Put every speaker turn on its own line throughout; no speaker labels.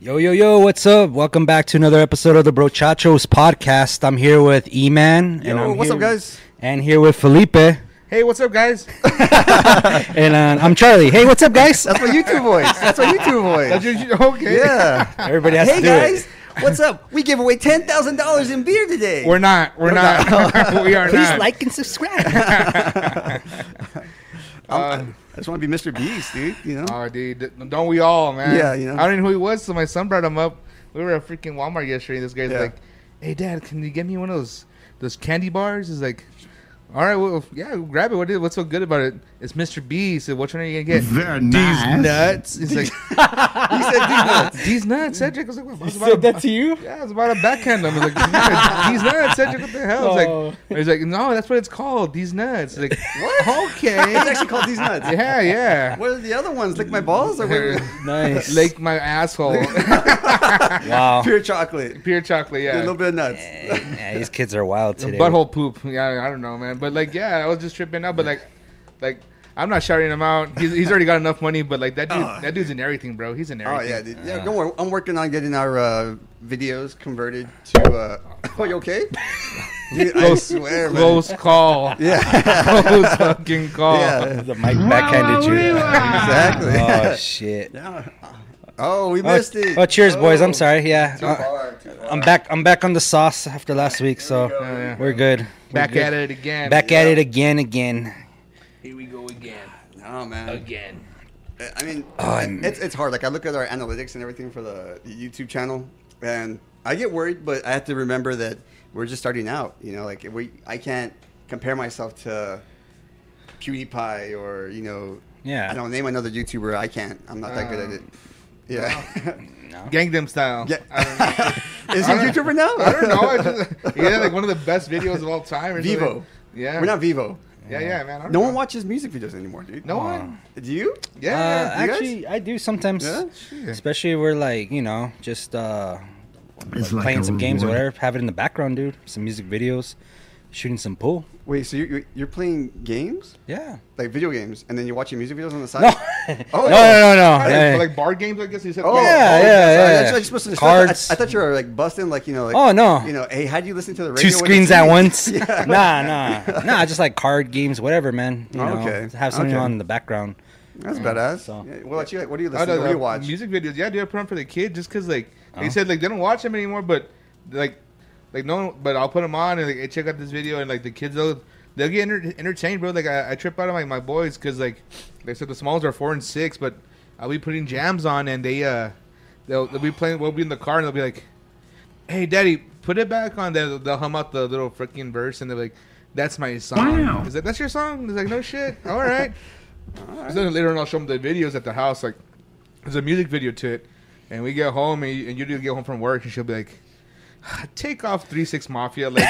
Yo, yo, yo, what's up? Welcome back to another episode of the Brochachos podcast. I'm here with E Man.
Yo, what's up, guys?
And here with Felipe. And
Hey, what's up, guys?
uh, I'm Charlie. Hey, what's up, guys?
That's my YouTube voice. That's my YouTube voice.
That's your- okay.
yeah.
Everybody has
hey
to do
guys,
it.
what's up? We give away ten thousand dollars in beer today.
We're not. We're not. we are
Please
not.
like and subscribe.
I'm- Um, I just want to be Mr. Beast, dude. You know.
oh, dude, d- don't we all, man?
Yeah, you know.
I don't know who he was, so my son brought him up. We were at freaking Walmart yesterday. This guy's
Yeah.
like, "Hey, Dad, can you get me one of those those candy bars?" He's like, "All right, well, yeah, grab it. What is, what's so good about it? It's Mr. B." He said, "Which one are you gonna get?"
They're
These
nice.
nuts. He's like,
He said, "Dude, no."
"These nuts." Cedric I was like, well, I was about to-
to you?
Yeah, it's about a backhand. I was like, these nuts, these nuts, Cedric, what the hell? It's
Oh.
like, he's like, no, that's what it's called, these nuts. Like, what?
It's
Okay.
actually called these nuts.
yeah, yeah.
What are the other ones? Lick my balls or what?
Nice.
Like my asshole.
wow.
pure chocolate?
Pure chocolate,
A
yeah.
little bit of nuts.
yeah, these kids are wild today.
Butthole poop. Yeah, I don't know, man. But like, yeah, I was just tripping out. But like, like, I'm not shouting him out. He's, he's already got enough money. But like, that dude,
Oh.
that dude's in everything, bro. He's in
Oh
everything.
yeah, dude. yeah. Don't worry. I'm working on getting our uh, videos converted to. Uh, oh, you okay? Dude, I
Close,
swear, man.
close call.
Yeah.
Close fucking call.
yeah.
The mic backhanded you.
Exactly.
oh, shit.
Oh, we
Oh,
missed it.
oh, cheers, boys. I'm
Oh.
sorry. Yeah.
Too
Uh,
far, too far.
I'm back. I'm back on the sauce after last week, so
go.
Yeah, yeah.
we're good. We're
Back
good.
at it again.
Back at it again, again.
Here we go again.
Oh man.
Again.
I mean,
Oh, and-
it's, it's hard. Like I look at our analytics and everything for the, the YouTube channel, and I get worried. But I have to remember that we're just starting out. You know, like if we I can't compare myself to PewDiePie or you know,
Yeah.
I don't name another YouTuber. I can't. I'm not that good at it. Yeah.
Gangnam style.
Yeah.
Um, I don't know.
Is he a YouTuber now?
I don't know. I just, yeah, like one of the best videos of all time. Or
Vivo.
Something. Yeah.
We're not Vivo.
Yeah, yeah, man. I don't
No
know.
one watches music videos anymore, dude.
No one.
Do you?
Uh,
Yeah.
you guys?
actually, I do sometimes.
Yeah?
Especially if we're like, you know, just uh, like,
It's like
playing
a
some games or
reward.
whatever. Have it in the background, dude. Some music videos, shooting some pool.
Wait, so you're, you're playing games,
Yeah.
like video games, and then you're watching music videos on the side?
No.
Oh,
no, no, no, no.
Like,
Hey.
like bar games, I guess you said.
Oh,
Yeah,
oh,
yeah,
sorry,
yeah.
I, thought you were supposed to
Cards.
I, I thought you were like busting, like you know, like
Oh, no.
you know, hey, how do you listen to the radio?
Two
when
screens
it's
at
eating?
once.
Yeah.
Nah, nah, nah. Just like card games, whatever, man. You
Oh,
know,
okay.
Have something
Okay.
on in the background.
That's badass.
So-
Yeah, what about you? Like, what do you
I
listen
don't
to? What do
know.
you watch?
Music videos. Yeah, dude, I put them for the kid just because, like, they said, like, they don't watch them anymore, but, like, like no, but I'll put them on and, like, hey, check out this video. And, like, the kids, they'll, they'll get enter- entertained, bro. Like, I, I trip out on, like, my boys because, like, they said the smalls are four and six, but I'll be putting jams on and they, uh, they'll, they'll be playing, we'll be in the car and they'll be like, hey, daddy, put it back on. They'll, they'll hum out the little freaking verse and they're like, that's my song.
Wow.
Is that that's your song? He's like, no shit. All right. So then later on, I'll show them the videos at the house. Like, there's a music video to it, and we get home, and, you- and you do get home from work, and she'll be like, "Take off Three Six Mafia." Like,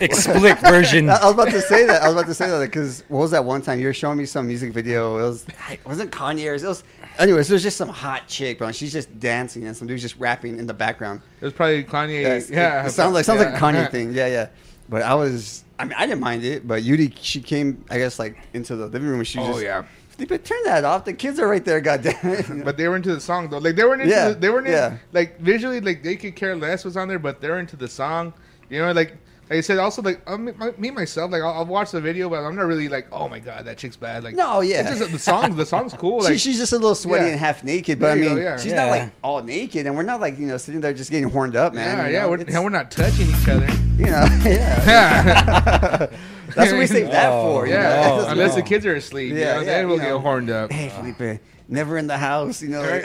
Explicit version.
I I was about to say that. I was about to say that because what was that one time you were showing me some music video? It was it wasn't Kanye's. It was anyways. It was just some hot chick, bro. And she's just dancing and some dude's just rapping in the background.
it was probably Kanye.
Yes,
yeah,
it, it sounds like sounds like a
yeah.
Kanye thing. Yeah, yeah. But I was, I mean, I didn't mind it. But Yudi, she came, I guess, like into the living room and she
Oh,
just,
yeah.
But turn that off. The kids are right there. Goddamn. it.
But they were into the song though. Like they weren't into
Yeah,
the, they weren't in-
yeah.
like visually like they could care less what's on there, but they're into the song. You know, like like I said, also like um, my- me myself, like I'll, I'll watch the video, but I'm not really like, oh my god, that chick's bad. Like
No, yeah.
it's just, the song the song's cool.
She,
Like
she's just a little sweaty
Yeah.
and half naked, but I
There you
mean,
go, yeah.
she's
Yeah.
not like all naked, and we're not like you know sitting there just getting horned up, man.
yeah,
you
yeah,
know?
we're,
It's-
yeah, we're not touching each other.
you know, yeah.
yeah,
That's what we save that
Oh,
for. you
yeah.
know?
no,
unless the
no.
kids are asleep, yeah,
Yeah,
you know,
yeah,
then we'll
you
get
know.
horned up.
Hey Felipe, never in the house, you know.
Right.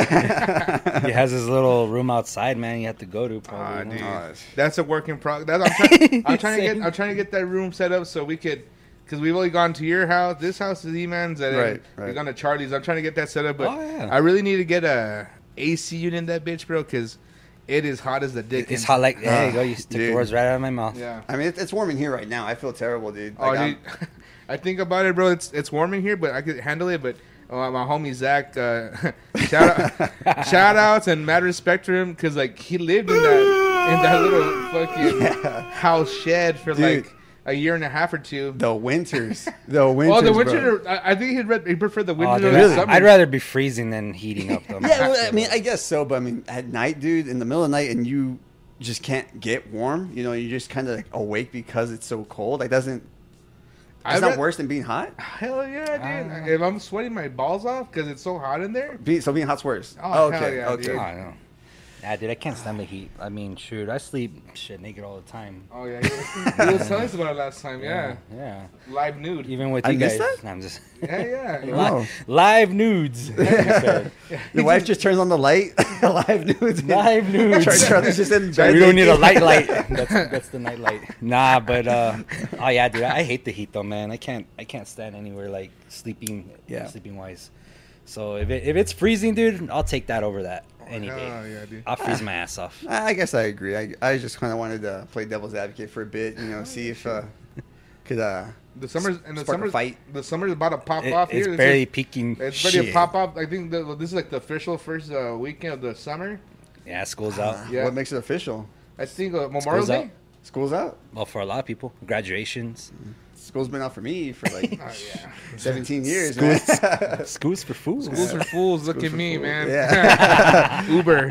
he has his little room outside, man. You have to go to. Probably.
Ah,
you know?
dude,
Nice.
that's a work in progress. I'm, trying, I'm trying to
Same.
get I'm trying to get that room set up so we could because we've only gone to your house. This house is E-Man's, and then
Right,
we've
right.
gone to Charlie's. I'm trying to get that set up, but
Oh, yeah.
I really need to get a AC unit in that bitch, bro, because it is hot as the dick.
It's hot like there you go. You
Ah,
took the
dude.
words right out of my mouth.
yeah.
I mean, it's, it's warm in here right now. I feel terrible, dude.
Oh,
Like, I'm-
dude, I think about it, bro. It's it's warm in here, but I could handle it. But uh, my homie Zach, uh, shout out, shout outs and mad respect to him because like he lived in that in that little fucking house shed for
Dude.
like a year and a half or two.
The winters. The winters.
Oh, the
bro.
winter. I I think he read. He preferred the
Oh,
winter.
dude,
over the
I-
summer.
I'd rather be freezing than heating up. Though.
Yeah, well, I mean, I guess so, but I mean, at night, dude, in the middle of the night, and you just can't get warm. You know, you're just kind of like awake because it's so cold. Like, doesn't.
I
It's not
read-
worse than being hot.
Hell yeah,
Ah.
dude! if I'm sweating my balls off because it's so hot in there,
Be, so being hot's worse.
Oh, hell
okay,
yeah,
okay.
dude.
I don't know. Nah, dude, I can't stand the heat. I mean, shoot, I sleep shit naked all the time.
Oh yeah, he was telling us about it last time. Yeah,
yeah.
live nude.
Even with
I
you guys,
missed
Nah, I'm just
Yeah, yeah.
Li-
Oh.
live nudes. Sorry.
Your wife just turns on the light. Live nudes.
live nudes.
Char- Charlie's just in bed.
we don't need a
naked.
light light. That's, that's the night light. Nah, but uh, oh yeah, dude, I hate the heat though, man. I can't I can't stand anywhere like sleeping,
Yeah.
sleeping wise. So if it, if it's freezing, dude, I'll take that over that any
hell
day.
Oh, yeah, dude.
I'll freeze my ass off.
I I guess I agree. I, I just kind of wanted to play devil's advocate for a bit, you know, see if uh, could uh,
The summer's and the
Spark a
summer's
fight.
The summer's about to pop
It-
off
it's
here. This
barely
is-
peaking.
it's ready to
Shit.
pop off. I think the, well, this is like the official first uh, weekend of the summer.
Yeah, school's out.
Yeah.
what makes it official?
I think uh, Memorial
School's
Day.
out.
School's out.
Well, for a lot of people, graduations,
School's been out for me for like
Oh yeah.
17 years. man.
schools for fools.
Fools for fools. Look at
for
me,
fools,
man.
yeah.
Uber.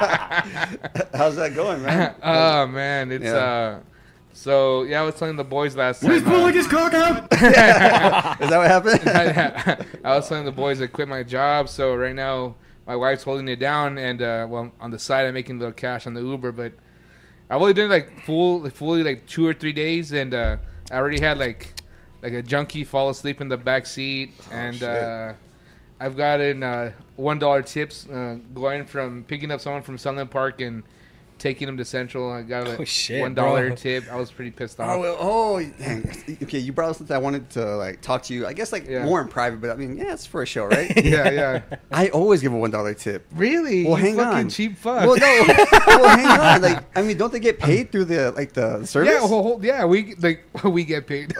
How's that going, man?
Oh man, it's
Yeah.
uh. So yeah, I was telling the boys last time. uh,
Is that what happened?
I was telling the boys I quit my job, so right now my wife's holding it down, and uh, well, on the side I'm making a little cash on the Uber, but I've only done like full, fully like two or three days, and uh, I already had like like a junkie fall asleep in the back seat, and
shit.
uh, I've gotten uh, one dollar tips uh, going from picking up someone from Sunland Park and taking them to Central. I got a
Oh, shit,
one dollar
bro.
tip. I was pretty pissed
Oh,
off.
well, oh, dang. okay. You brought up something I wanted to like talk to you. I guess like
Yeah.
more in private, but I mean, yeah, it's for a show, right?
yeah, yeah.
I always give a one dollar tip.
Really?
Well,
you
hang
fucking
on.
cheap fuck. Um,
Well, no. well, hang on. Like, I mean, don't they get paid through the like the service?
Yeah, whole, whole- yeah, we like we get paid.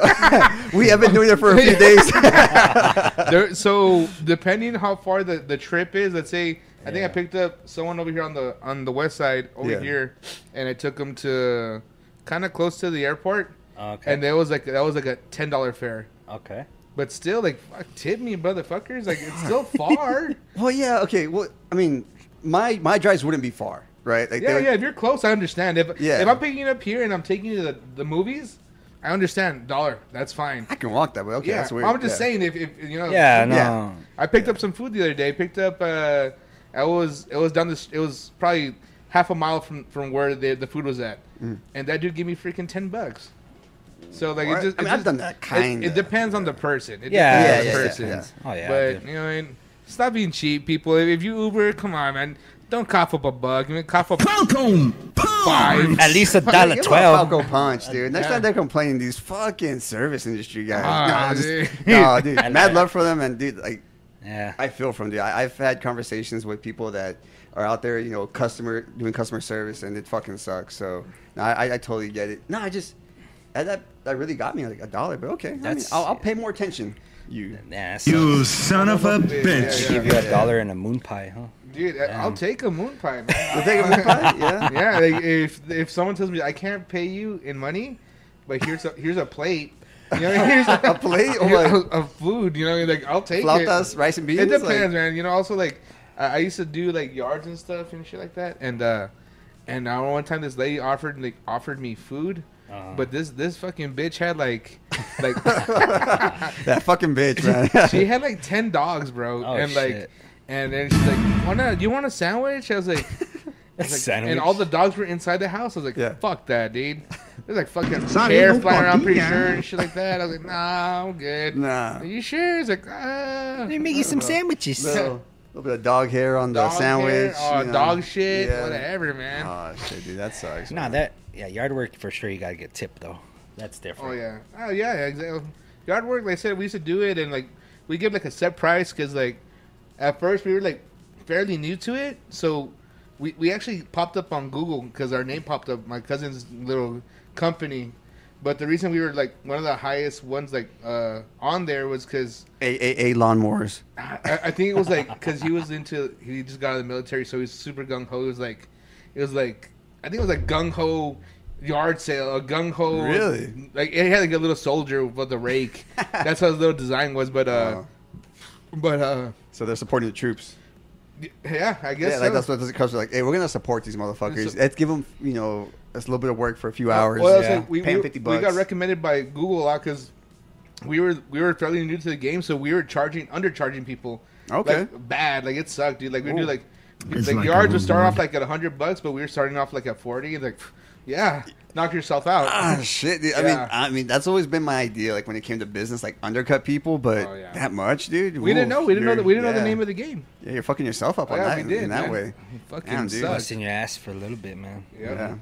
we have been doing it for a few days.
there, so depending how far the, the trip is, let's say I think I picked up someone over here on the on the west side over
Yeah.
here, and I took them to kind of close to the airport,
Okay.
and that was like that was like a ten dollar fare.
okay.
But still, like fuck, tip me, motherfuckers. Like it's still far.
well, yeah, okay. Well, I mean, my my drives wouldn't be far, right? Like,
yeah,
they-
yeah. If you're close, I understand. If
Yeah.
if I'm picking you up here and I'm taking you to the, the movies, I understand. Dollar, that's fine.
I can walk that way. Okay,
yeah,
that's weird.
I'm just
Yeah.
saying if, if you know.
Yeah, no.
Yeah.
I picked up some food the other day. Picked up. Uh, I was. It was down this. It was probably half a mile from from where the the food was at,
Mm.
and that dude gave me freaking ten bucks. So like
What?
it just.
I
it
mean, I've
just-
done that
it-
kinda.
It, depends on the person. It
Yeah,
depends on
yeah,
the
yeah,
person.
yeah.
Oh yeah.
But
dude.
you know, I mean, stop being cheap, people. If, if you Uber, come on, man. Don't cough up a bug. I mean, cough up
Falcon
five.
At least a
Yeah,
dollar
give 'em a
twelve.
Falco punch, dude. Next
Yeah.
time they're complaining, these fucking service industry guys.
Ah,
no, I'm
dude.
just, no, dude.
I love
Mad
it.
love for them, and dude, like
Yeah.
I feel from dude. I, I've had conversations with people that are out there, you know, customer doing customer service, and it fucking sucks. So no, I, I totally get it. No, I just that that, that really got me like a dollar, but okay, I mean,
That's-
I'll, I'll pay more attention. You,
Nah, so
You son of a
Yeah,
bitch.
yeah.
give you a dollar and a moon pie, huh?
Dude, I- I'll take a moon pie. Man.
you think I'm gonna buy it? yeah.
yeah, like if if someone tells me I can't pay you in money, but here's a here's a plate. You know, here's a,
A plate? Oh,
here's
my-
a- of food. You know, like I'll take
Flautas,
it.
rice and beans.
It depends,
Like,
man. You know, also like I I used to do like yards and stuff and shit like that, and uh and I remember one time this lady offered like offered me food,
Uh-huh.
but this this fucking bitch had like like
that fucking bitch, man.
she had like ten dogs, bro,
Oh,
and like
shit.
and then she's like, "Why not? You want a sandwich?" I was like. I was like-
Sandwich.
And all the dogs were inside the house. I was like,
Yeah.
fuck that, dude. There's like fucking
not
hair
even
flying around, pretty
tortilla.
sure, and shit like that. I was like, nah, I'm good.
Nah.
Are you sure? He's like, ah.
Let me make you some sandwiches.
little, little bit of dog hair on the
Dog
sandwich.
hair, oh,
you know.
dog shit,
Yeah.
whatever, man.
Oh shit, dude, that sucks.
Nah, that yeah, yard work for sure. You gotta get tipped though. That's different.
Oh, yeah. Oh, yeah, yeah, exactly. Yard work, like I said, we used to do it, and like, we give like a set price because, like, at first we were like fairly new to it. So we, we actually popped up on Google because our name popped up, my cousin's little company. But the reason we were like one of the highest ones like uh, on there was because
A A A lawnmowers.
I, I think it was like because he was into he just got out of the military, so he's super gung ho. It was like it was like I think it was like gung ho yard sale, a gung ho.
Really?
Like it had like a little soldier with the rake. That's how his little design was. But uh,
Wow.
but uh,
So they're supporting the troops.
yeah, I guess
Yeah, like
so.
that's what it comes to. Like, hey, we're gonna support these motherfuckers. Let's give them, you know, a little bit of work for a few hours.
Well, it's
yeah.
like we,
Pay
we,
50
we
bucks.
got recommended by Google a lot because we were we were fairly new to the game, so we were charging undercharging people.
Okay.
Like, bad. Like it sucked, dude. Like we do
Ooh.
like
It's
like
like
yards
a
would start
reward.
off like at hundred bucks, but we were starting off like at forty. Like, yeah, knock yourself out.
Ah, shit. Dude. I
Yeah.
mean, I mean, that's always been my idea. Like when it came to business, like undercut people, but
Oh, yeah.
that much, dude.
we didn't know. We didn't know. The, we didn't know the name
of.
of the game.
Yeah, you're fucking yourself up on
Yeah,
that
we
in-
did,
in that
man.
way.
It fucking
Damn, dude.
sucked.
Busting your ass for a little bit, man.
Yep.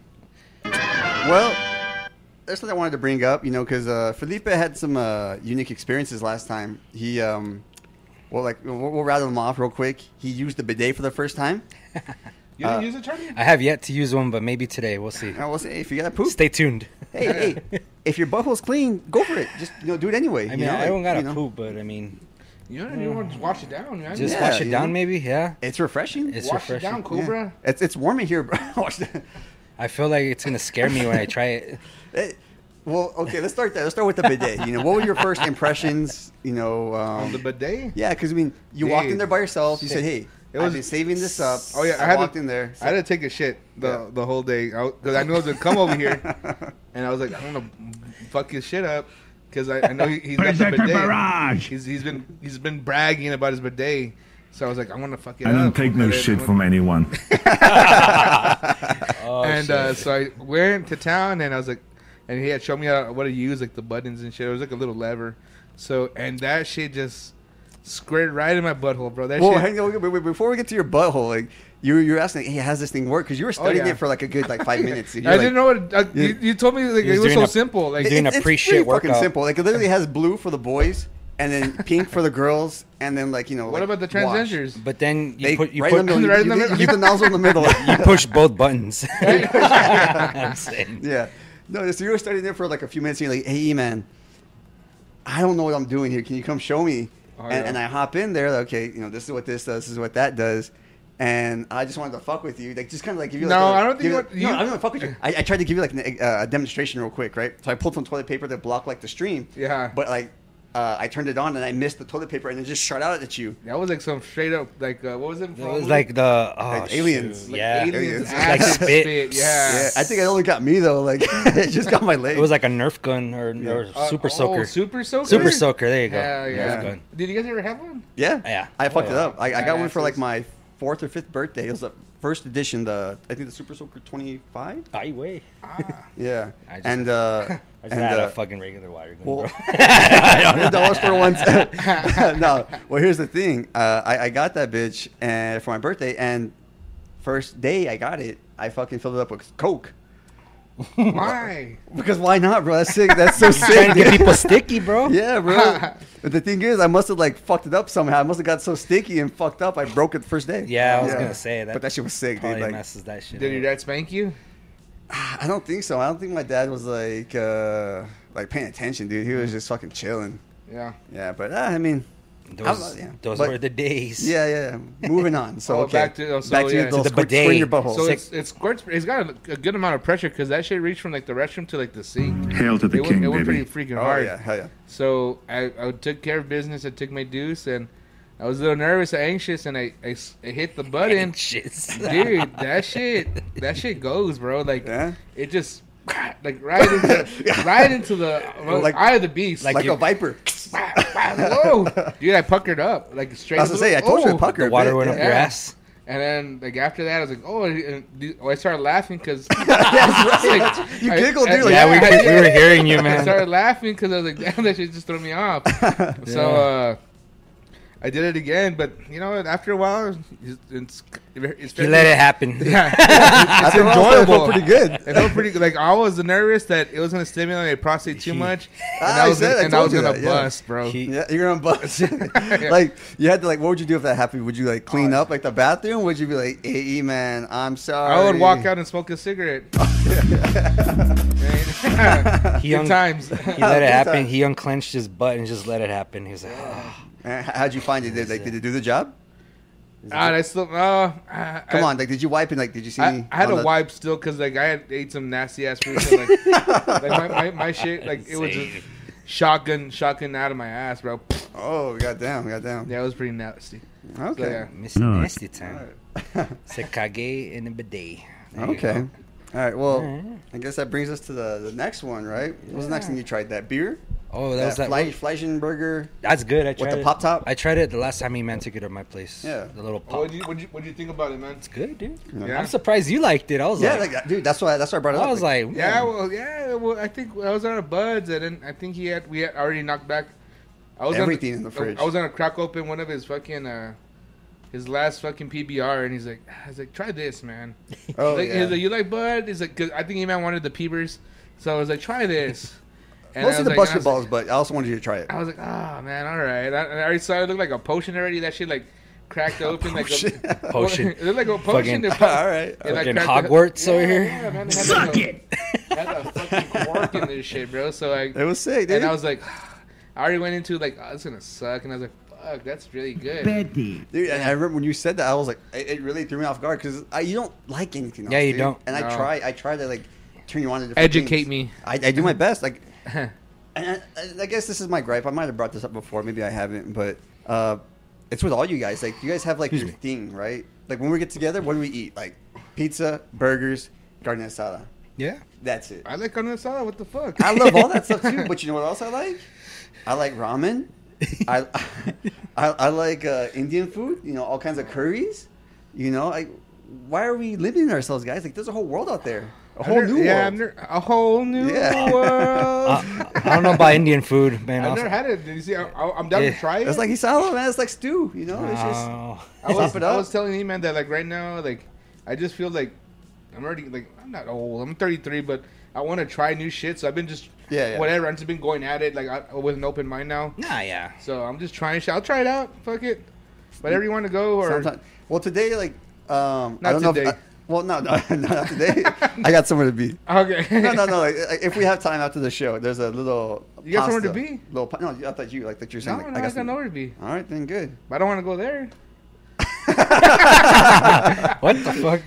Yeah. Well, there's something I wanted to bring up, you know, because uh, Felipe had some uh, unique experiences last time. He, um, well, like we'll, we'll rattle them off real quick. He used the bidet for the first time.
You
Uh,
didn't use a charger?
I have yet to use one, but maybe today we'll see.
And I will say, hey, if you got to poop,
Stay tuned.
hey, hey, if your butthole's clean, go for it. Just you know, do it anyway.
I
you
mean,
know,
I
like,
don't gotta
you know.
poop, but I mean,
You don't even want to wash it down, man.
just
Yeah,
wash it
you
down,
know.
maybe. Yeah,
It's refreshing.
It's-
wash it down,
refreshing.
Yeah.
Cobra.
It's it's warm in here, bro. Watch that.
I feel like it's gonna scare me when I try it.
Hey, well, okay, let's start there. Let's start with the bidet. You know, what were your first impressions? You know, um,
On the bidet.
Yeah, because I mean, you walked in
Dude.
there by yourself. You said, "Hey,
It
I've
was-
been saving this up."
Oh yeah, I,
I,
had
walked
to,
in there.
I had to take a shit the
Yeah.
the whole day because I, knew I was gonna come over here, and I was like, I'm gonna fuck his shit up because I, I know he, he's got the
Berserker
bidet.
Barrage.
He's he's been he's been bragging about his bidet, so I was like, I'm gonna fuck it
I
up.
don't take no
And-
shit from anyone.
Oh,
And
shit.
uh, so I went to town, and I was like, and he had showed me how, what to use, like the buttons and shit. It was like a little lever. So and that shit just squared right in my butthole, bro. That
well,
shit.
hang on. wait, wait, before we get to your butthole, like you, you're asking, "Hey, how's this thing work?" Because you were studying
Oh, yeah.
it for like a good like five minutes. and
I
you're like,
didn't know what uh,
Yeah.
you, you told me. Like,
He was
it was
doing
so
a-
simple. Like
he's doing
It's-
a
it's
pre-shit
pretty fucking
workout.
simple. Like it literally has blue for the boys, and then pink for the girls, and then like you know.
what
like,
about the
wash.
transgenders?
but then you
They,
put you
right
put,
in the middle.
right
you,
in the
you-
middle.
you leave the nozzle in the middle.
push both buttons. I'm saying.
Yeah. No, so you were studying there for like a few minutes. And you're like, hey, man, I don't know what I'm doing here. Can you come show me?
Oh,
and,
yeah.
and I hop in there. Like, okay, you know, this is what this does. This is what that does. And I just wanted to fuck with you, like just kind of like give you. Like,
No, I
I
don't think
give,
you
like,
want-
no,
you-
I don't fuck with you. I, I tried to give you like an, uh, a demonstration real quick, right? So I pulled some toilet paper that blocked like the stream.
Yeah.
But like, uh, I turned it on and I missed the toilet paper and it just shot out at you.
That was like some straight up like uh, what was it?
It was like the oh,
Like aliens.
shoot,
Like
yeah,
aliens,
Aliens.
Like
acid
spit.
Yeah.
Yeah. I think it only got me though. Like it just got my leg.
it was like a Nerf gun or, or
Uh,
super
oh,
soaker.
super soaker.
Super soaker. There you go.
Hell
Nerf
yeah.
gun.
Did you guys ever have one?
Yeah,
Yeah.
I fucked
Oh,
it
yeah.
up. I, I got one for like
Badasses.
my fourth or fifth birthday. It was the first edition. The I think the Super Soaker twenty five.
I way.
Yeah,
I just-
and uh,
I just
and
had
uh,
a fucking regular wire gun,
well-
bro.
dollars for once. no, well here's the thing. Uh, I, I got that bitch and for my birthday, and first day I got it, I fucking filled it up with Coke.
Why?
Because why not, bro? That's sick. That's so
Trying
sick.
to get
dude.
people sticky, bro.
Yeah, bro. but the thing is, I must have like fucked it up somehow. I must have got so sticky and fucked up. I broke it first day.
Yeah, I was gonna say that.
But that shit was sick, dude.
Probably
Like,
messes that shit.
Did your
up.
dad spank you?
I don't think so. I don't think my dad was like uh like paying attention, dude. He was just fucking chilling.
Yeah.
Yeah, but uh, I mean,
Those,
yeah.
those
But-
were the days.
yeah, yeah. Moving on. So
Oh,
okay,
back to- oh, so,
back to
yeah.
the,
To
the
squirt-
bidet.
squirt in your butthole.
So
Sick.
it's it squirts. It's got a, a good amount of pressure because that shit reached from like the restroom to like the sink.
Hail to the
it
king,
went, it
baby.
went pretty freaking
oh
hard.
yeah, hell yeah.
So I, I took care of business. I took my deuce, and I was a little nervous, and anxious, and I, I s- I hit the button.
Shits.
dude that shit that shit goes bro like
Yeah?
it just like right into right into the well,
Like-
eye of the beast
like
Like
you-
a viper.
whoa dude i puckered up like straight
I was gonna say, I told you
oh.
to pucker.
The
a
water
bit,
went
yeah.
up your
Yeah.
ass.
and then like after that i was like oh and the- oh, i started laughing because
That's right. You giggled, dude. Like,
Yeah, we,
I,
could, we were hearing you,
I
man.
started laughing because i was like damn that shit just threw me off so uh I did it again, but you know, after a while, it's, it's, it's
You let it happen.
Yeah, it's
After a while, it felt
enjoyable.
pretty good.
It felt pretty good. Like I was nervous that it was gonna stimulate my prostate too much, and
Ah, I
I was
said-
gonna,
I
and I
told
was
you
gonna
that, yeah.
bust, bro.
He-
Yeah, you're on bus. like you had to like, what would you do if that happened? Would you like clean
Oh,
up like the bathroom? Would you be like, hey man, I'm sorry.
I would walk out and smoke a cigarette. Right?
He
Good
un-
times.
He let it
Big
happen.
time.
He
Uh,
unclenched his butt and just let it happen. He was like, "Ah."
And h- How'd you find it? Did, like, did it do the job? Is it-
Ah, I still. Uh, I,
Come
I-
on, like, did you wipe and like, did you see?
I, I had
on
a
the-
wipe still because like I had ate some nasty ass food. So, like, like my, my, my shit like it was just shotgun shotgun out of my ass, bro.
Oh, goddamn, goddamn.
Yeah, it was pretty nasty. So,
Okay.
yeah.
Miss
All right.
nasty time. Se cagué in a bidet. There you
Okay.
go.
All right. Well,
Alright.
I guess that brings us to the, the next one, right? What was the next thing you tried? That beer?
Oh, that was that.
Fle- Fleischenberger.
That's good. I tried
the
it.
pop top?
I tried it the last time me and man took it to my place.
Yeah.
The little pop.
What Oh, you what you what you think about it, man?
it's good, dude.
Yeah.
I'm surprised you liked it. I was
Yeah,
like,
like, dude, that's why that's why I brought it up.
I was like,
Yeah,
"Whoa."
well, yeah, well, I think I was on a buds, and then I think he had we had already knocked back. I was
Everything
on,
in the fridge.
I was gonna crack open one of his fucking uh, his last fucking PBR, and he's like, I was like, try this, man.
oh,
like,
yeah.
He's like, you like bud? He's like, 'cause I think he man wanted the peepers, so I was like, try this. And I
Mostly
was
the
like-
busted
and I was like-
balls, but I also wanted you to try it.
I was like, ah, man, all right. I, and I already saw it looked like a potion already. That shit like cracked open like
Potion.
a
Potion.
it looked like a potion.
Fucking-
It
all right.
it, like,
Fucking
cracked the-
Hogwarts over here.
Yeah, man, it had like a- had a fucking quark in this shit, bro. So like,
It was sick, dude.
and I was like, I already went into like, oh, it's gonna suck, and I was like, fuck, that's really good.
Betty.
Dude, and I remember when you said that, I was like, it, it really threw me off guard because you don't like anything. Else,
Yeah, you
dude.
don't.
And I
No.
try, I try to like turn you on to different
Educate
things.
me.
I, I do my best. Like, and I, I- I guess this is my gripe. I might have brought this up before, maybe I haven't, but uh, it's with all you guys. Like, you guys have like your thing, right? Like when we get together, what do we eat? Like pizza, burgers, carne asada.
yeah.
That's it.
I like on the salad. What the fuck?
I love all that stuff too. But you know what else I like? I like ramen. I I, I like uh, Indian food. You know, all kinds of curries. You know, like why are we limiting ourselves, guys? Like there's a whole world out there, a
I've
whole
never-
new
yeah, I've
world.
never- a whole new
Yeah.
world.
I, I don't know about Indian food, man.
Uh, I've
I'll-
never had it. You see, I, I, am down
Yeah.
to try it.
It's like salad, man. It's like stew. You know, it's just
No.
I was,
Chop it
I
up.
was telling you, man, that like right now, like I just feel like I'm already like I'm not old. I'm 33, but I want to try new shit. So I've been just
Yeah, yeah.
whatever. I've just been going at it like I, with an open mind now.
Nah, yeah.
So I'm just trying shit. I'll try it out. Fuck it. Whatever you want to go or
sometimes. Well, today, like um,
Not
I don't know.
today.
If I, well, no, no, not today. I got somewhere to be.
okay.
No, no, no. Like, like, if we have time after the show, there's a little.
You got somewhere to
pasta-
be?
Little, pa- no, I thought you like that. You're
No,
saying.
no,
like,
I got
something.
nowhere to be.
All right, then good.
But I don't want to go there.
What the fuck?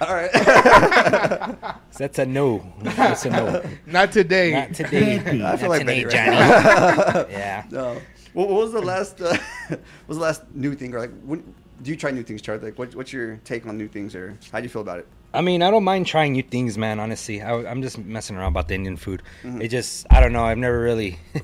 All right.
All right.
That's a no. That's a no.
Not today.
Not today.
I
I feel
Not
like
today,
Betty
Johnny.
right
yeah.
now. no. What, what was the last? Uh, what was the last new thing or like? When, do you try new things, Charlie? Like, what, what's your take on new things or how do you feel about it?
I mean, I don't mind trying new things, man. Honestly, I, I'm just messing around about the Indian food.
Mm-hmm.
It just, I don't know. I've never really,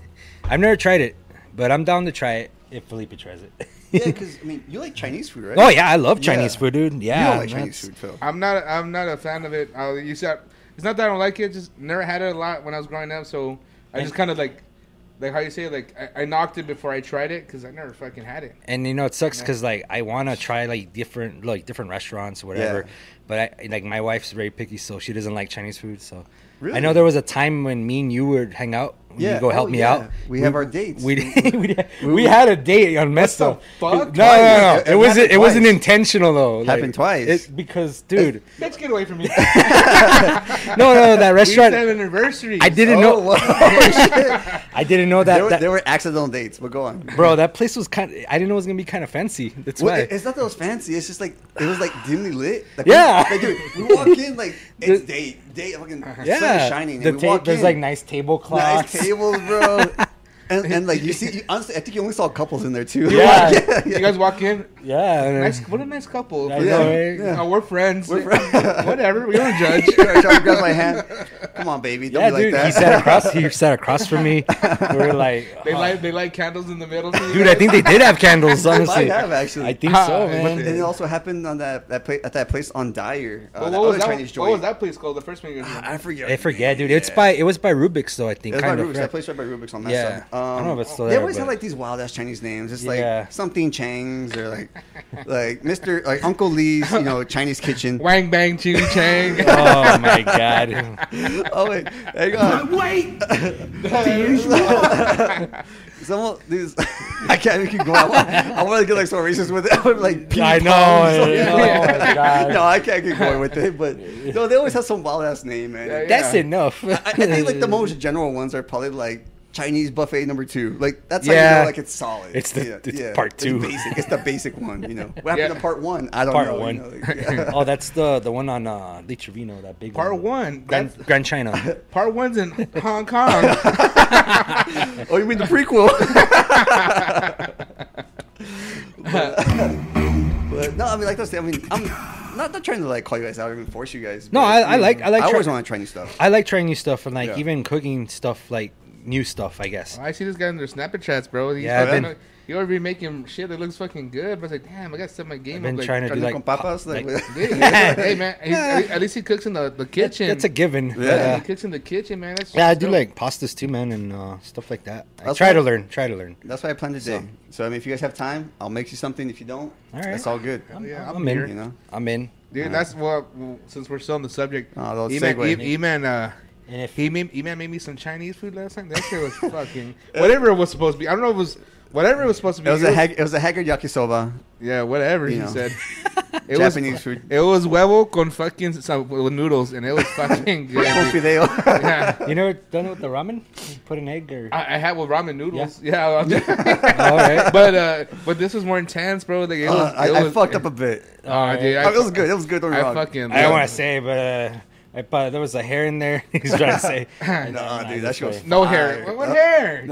I've never tried it, but I'm down to try it if Felipe tries it.
Yeah, because I mean, you like Chinese food, right?
oh yeah, I love Chinese
Yeah.
food, dude.
you
Yeah,
don't like Chinese
that's-
food, Phil.
I'm not. I'm not a fan of it. Uh, you said it's not that I don't like it. Just never had it a lot when I was growing up. So I just kind of like, like how you say, it, like I, I knocked it before I tried it because I never fucking had it.
and you know it sucks because like I want to try like different like different restaurants whatever,
Yeah.
but I like my wife's very picky, so she doesn't like Chinese food. So I
Really?
know there was a time when me and you would hang out. Yeah,
Yeah.
you go
Oh,
help me
yeah.
out.
We have our dates.
We we, we had a date on messed
the
up.
fuck?
No, no, no.
It-
It,
it
wasn't.
happened
It wasn't
twice.
intentional though.
Happened twice.
It's because, dude.
Let's get away from me.
no, no, that
we used to have
restaurant.
anniversary.
I didn't know.
Oh, wow. Shit.
I didn't know
there,
that.
were,
that-
there were accidental dates, but go on.
bro, that place was kind. I didn't know it was gonna be kind of fancy. That's
Well,
why.
it- it's not that it was fancy. It's just like it was like dimly lit. Like,
Yeah.
we, like, dude, we walk in like it's
The-
day day fucking sun
yeah,
is shining.
The
and we
ta-
walk
there's
in,
like nice tablecloths.
nice tables, bro. and, and like you see, you, honestly, I think you only saw couples in there too.
Yeah.
yeah, yeah.
Oh, You guys walk in.
yeah, and-
Nice. What a nice couple.
I
Yeah.
know, right?
Yeah.
Oh, we're friends.
We're friends.
Whatever. We don't judge.
Try- try to grab my hand. Come on, baby. Don't
Yeah,
be like
dude,
that.
he sat across. He sat across from me. We were like,
They
"Oh."
light they light candles in the middle.
dude. I think they did have candles. Honestly,
have, actually.
I think
Ah,
so,
but
man.
and it also happened on that, that place at that place on Dyer. Uh,
Well,
that
what was
other
that?
Chinese
what was
joint.
that place called? The first one you guys went?
I forget.
I forget, dude. It's by it was by Rubik's though. I think.
It was by
kind of,
Rubik's.
right?
That place right by Rubik's on that
Yeah.
side. Um,
I don't know if it's still
they
there,
always have
but-
like these wild ass Chinese names. It's like
Yeah.
something Chang's or like like Mr. like Uncle Lee's, you know, Chinese kitchen.
Wang bang ching chang.
Oh my god.
oh wait, there you go.
Wait!
Some of these I can't even keep going. I want, I want to get like so racist with it. I'm like
I know.
ping-pongs.
I know, oh my God.
no, I can't keep going with it. But no, they always have some wild ass name, man.
Yeah, yeah.
That's enough.
I, I think like the most general ones are probably like Chinese buffet number two. Like that's how you
Yeah.
know like it's solid.
It's the- it's part
It's
two.
basic. It's the basic one. You know what happened
Yeah.
to part one? I don't
Part
know. you
one.
know, like, yeah.
oh, that's the the one on uh, Lake Trevino, that big
Part
one.
one.
Grand,
That's
Grand China.
part one's in Hong Kong.
oh, you mean the prequel? but, but, no, I mean like that's. I mean I'm not, not trying to like call you guys out or even force you guys.
No,
but,
I-
you
I
know,
like- I like
I always
try-
want to try new stuff.
I like trying new stuff and like
Yeah.
even cooking stuff like new stuff. I guess.
I see this guy in their Snapchat chats, bro. He's
Yeah, I've
fucking-
been-
he already be making shit that looks fucking good. But I was like, damn, I gotta set my
I've
game up.
been
like,
trying to do
Carne
like
con papas,
like-
like-
Dude, hey man, he, at least he cooks in the, the
That-
kitchen.
That's a given.
Yeah.
Yeah.
yeah. He
yeah.
cooks in the kitchen, man. That's
I do
dope.
like pastas too, man, and uh, stuff like that. I
That's
try
what-
to learn. Try to learn.
That's what I plan to do. So I mean, if you guys have time, I'll make you something. If you don't,
All right.
that's all good.
I'm,
Yeah,
I'm
I'm
in.
here.
You know?
I'm in.
dude. That's what. well, Since we're still on the subject,
Oh, those
E-Man,
segues.
E- E-Man, uh,
And if
he made, E-Man made me some Chinese food last time. That shit was fucking whatever it was supposed to be. I don't know if it was whatever it was supposed to be.
It was a hag- it was a haggard yakisoba.
yeah, whatever he
You know.
said. It
Japanese
was,
food.
It was huevo con fucking some, with noodles, and it was fucking good.
Con
dude.
fideo.
yeah.
you never done it with the ramen? Put an egg or
I, I had with ramen noodles. Yeah, well,
all right.
but uh, but this was more intense, bro. Like it
Uh,
was,
I,
it
I
was,
fucked up a bit.
Aw, dude, I,
it was good. It was good. Don't
I
get me wrong.
fucking.
I don't want to say, but uh, I thought there was a hair in there. He's trying to say.
Nah, dude, that
that's
shit was
No hair. What, what hair?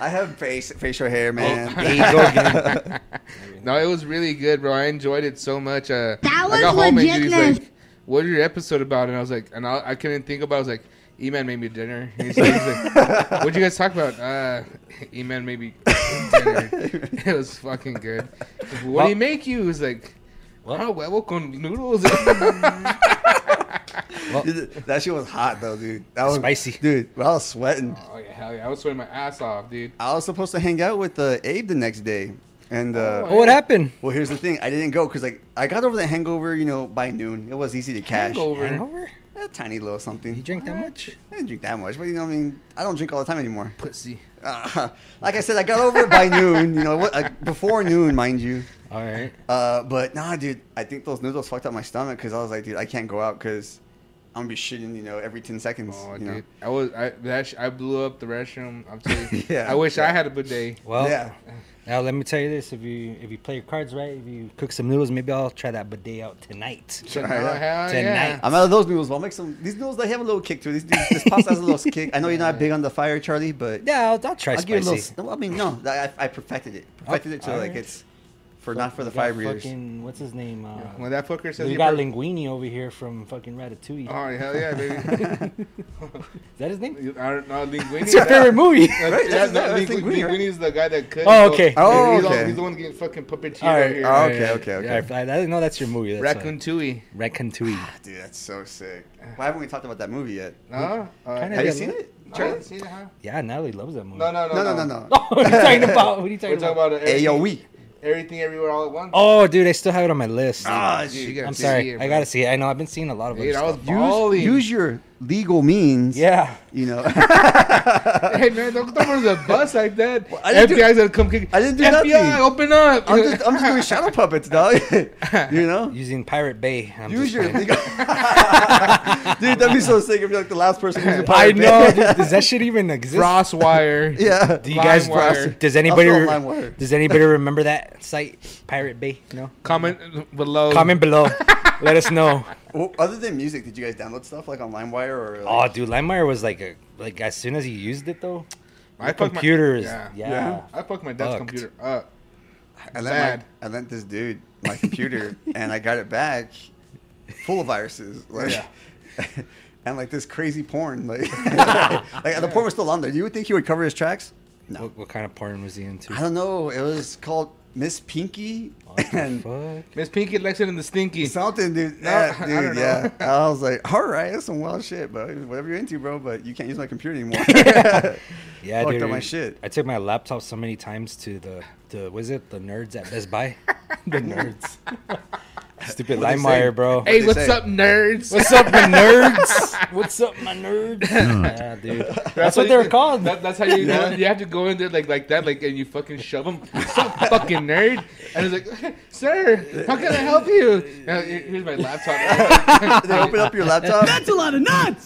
I have face, facial hair, man.
Oh, There you go again.
No, it was really good, bro. I enjoyed it so much. Uh,
That
I
was
got home and
legitness.
Judy's like, "What was your episode about?" And I was like, and I, I couldn't think about. it. I was like, "E-Man made me dinner." And he's like, he's like, "What'd you guys talk about?" Uh, "E-Man made me dinner." it was fucking good. What do you make you? He's like,
What?
"Oh, huevo con noodles." Oh,
Dude, that shit was hot though, dude. That was
Spicy.
dude. I was sweating.
Oh yeah, hell yeah! I was sweating my ass off, dude.
I was supposed to hang out with uh, Abe the next day, and uh,
Oh, what happened?
well, here's the thing: I didn't go because like I got over the hangover, you know, by noon. It was easy to cash.
Hangover.
Hangover?
A tiny little something.
You drink that much?
I didn't drink that much, but you know, what I mean, I don't drink all the time anymore.
Pussy.
Uh, like I said, I got over it by noon. You know, what, uh, before noon, mind you.
All right.
Uh, but nah, dude, I think those noodles fucked up my stomach because I was like, dude, I can't go out because I'm gonna be shitting, you know, every ten seconds.
Oh,
you know?
dude, I was I that sh- I blew up the restroom. I'm telling you.
Yeah,
I wish
yeah.
I had a bidet.
Well,
yeah.
now let me tell you this: if you if you play your cards right, if you cook some noodles, maybe I'll try that bidet out tonight.
Tonight,
Tonight.
Oh, hell yeah.
Tonight.
I'm out of those noodles. But I'll make some. These noodles, they have a little kick to it. These, these, this pasta has a little kick. I know you're not big on the fire, Charlie, but
Yeah, I'll, I'll try
I'll give it a
spicy.
little. No, I mean, no, I, I perfected it. Perfected it to
all
like
right.
it's for not for the
We got
fire breeders.
Fucking, what's his name? Uh,
When that fucker says
we
you
got
per-
linguini over here from fucking Ratatouille.
Oh hell yeah, baby!
Is that his name?
You- I don't know, Linguini.
It's your favorite movie.
That,
Right,
that,
that's- that's
Lingu-
Linguini, right?
Linguini's the guy that could.
Oh, okay.
Oh,
he's,
okay.
The, he's the one getting fucking puppeteer
All right.
right here.
Oh, okay,
Yeah,
okay, okay.
Yeah, I, I didn't know that's your movie.
yeah.
That's
Raccoon Tui.
why. Raccoon Tui.
Ah, Dude, that's so sick. Why haven't we talked about that movie yet?
No, uh,
Kinda
Have
yeah,
you seen
look.
it?
no,
Charlie?
see it, huh?
Yeah, Natalie loves that movie.
No, no, no,
No, no, no, E. no.
Oh, what are you talking about? What are you talking
We're talking
about?
about everything,
AOE.
everything, everywhere, all at once.
Oh, dude, I still have it on my list.
Ah,
She
dude.
gotta
I'm
see
sorry.
it,
I
bro.
gotta see it. I know. I've been seeing a lot of
Dude,
it.
I was
Use,
balling.
use your legal means.
Yeah.
You know.
hey man, don't come over the bus like that.
I didn't do-
FBI's gonna come kick.
I didn't do
FBI,
nothing.
open up.
I'm just, I'm just doing shadow puppets, dog. you know?
Using Pirate Bay. I'm just
Use your
playing.
legal. dude, that'd be so sick if you're like the last person who's
I
a pirate.
know. dude, does that shit even exist?
Crosswire.
yeah.
Do you guys?
LimeWire.
Does anybody?
I'll throw LimeWire.
Does anybody remember that site, Pirate Bay? No.
Comment below.
Comment below. Let us know.
Well, other than music, did you guys download stuff like on LimeWire or? Like,
Oh, dude, LimeWire was like a like as soon as you used it though,
I fucked my-
computer is
yeah.
yeah.
Yeah.
I fucked my dad's
Fucked.
computer up.
Oh,
I lent,
Sad.
my, I lent this dude my computer, and I got it back full of viruses. Like, and like this crazy porn. Like, like the porn was still on there. You would think he would cover his tracks. No,
What, what kind of porn was he into?
I don't know. It was called Miss Pinky
What the
and
fuck?
Miss Pinky, Lexington, and the Stinky.
something, dude.
No,
Yeah,
I
dude,
don't know.
yeah. I was like, all right, that's some wild shit, bro. Whatever you're into, bro. But you can't use my computer anymore.
Yeah,
Fucked
dude.
up my shit.
I took my laptop so many times to the the was it the nerds at Best Buy? the nerds. Stupid
What'd they say?
LimeWire, bro.
hey,
they
what's
say?
up, nerds?
What's up, my nerds? What's up, my nerds? yeah, dude. That's, what
how
they were
you-
called.
That, that's how you go. in- You have to go in there like like that, like, and you fucking shove them. What's up, fucking nerd? And it's like, sir, how can I help you? Now, here- here's my laptop.
they open up your laptop.
That's a lot of nuts.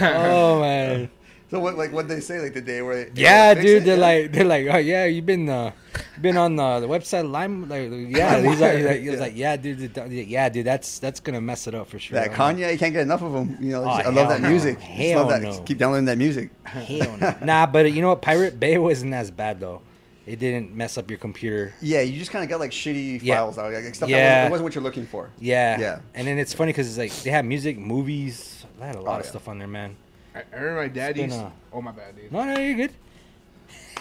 oh man.
So what, like, what they say, like the day where? They,
Yeah,
they fix
dude.
it,
They're
yeah?
like, they're like, oh yeah, you've been, uh, been on the, the website Lime. Like, yeah, he's like, he's like, he was like, yeah, dude, the- the- yeah, dude. That's that's gonna mess it up for sure.
that
I'm
Kanye. You can't get enough of him. You know,
Oh,
just- I
hell
love that
no.
music. Just
Hell
love that.
no.
Just keep downloading that music.
like, Hell no. nah, but you know what? Pirate Bay wasn't as bad though. It didn't mess up your computer.
Yeah, you just kind of got like shitty
Yeah.
files out, like stuff
Yeah.
that wasn't, it wasn't what you're looking for.
Yeah.
Yeah.
And then it's funny because it's like they have music, movies. They had a lot
Oh,
of
yeah.
stuff on there, man.
I I remember my dad
been
used.
a-
Oh my bad, dude.
No, no, you're good.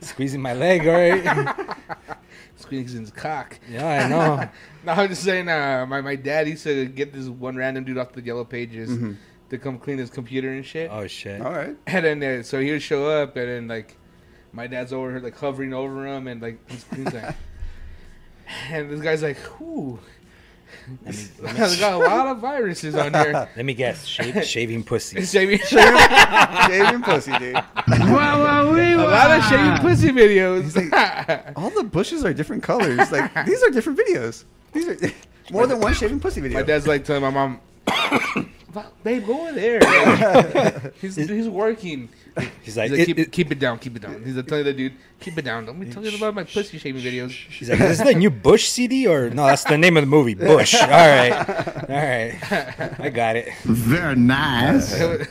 Squeezing my leg, all right.
Squeaks in his cock.
yeah, I know.
No, I'm just saying. Uh, my my dad used to get this one random dude off the yellow pages to come clean his computer and shit.
Oh shit.
All right.
And then uh, so he would show up, and then like my dad's over here like hovering over him, and like he's, he's like, and this guy's like, "Ooh,
Let me, let me-
there's got a lot of viruses on here."
let me guess. Shave, shaving pussy.
Shaving, shaving,
Shaving pussy, dude.
a lot of shaving pussy videos.
All the bushes are different colors. Like these are different videos. These are more than one shaving pussy video.
my dad's like telling my mom, "Babe, go over there." Like, he's he's working.
He's like,
He's like,
"It-
keep,
it-
keep it down, keep it down. He's like, telling the dude, keep it down. Don't be talking about my pussy shaving videos.
He's like, is this the new Bush CD or no? That's the name of the movie, Bush. All right, all right, I got it.
Very nice.
The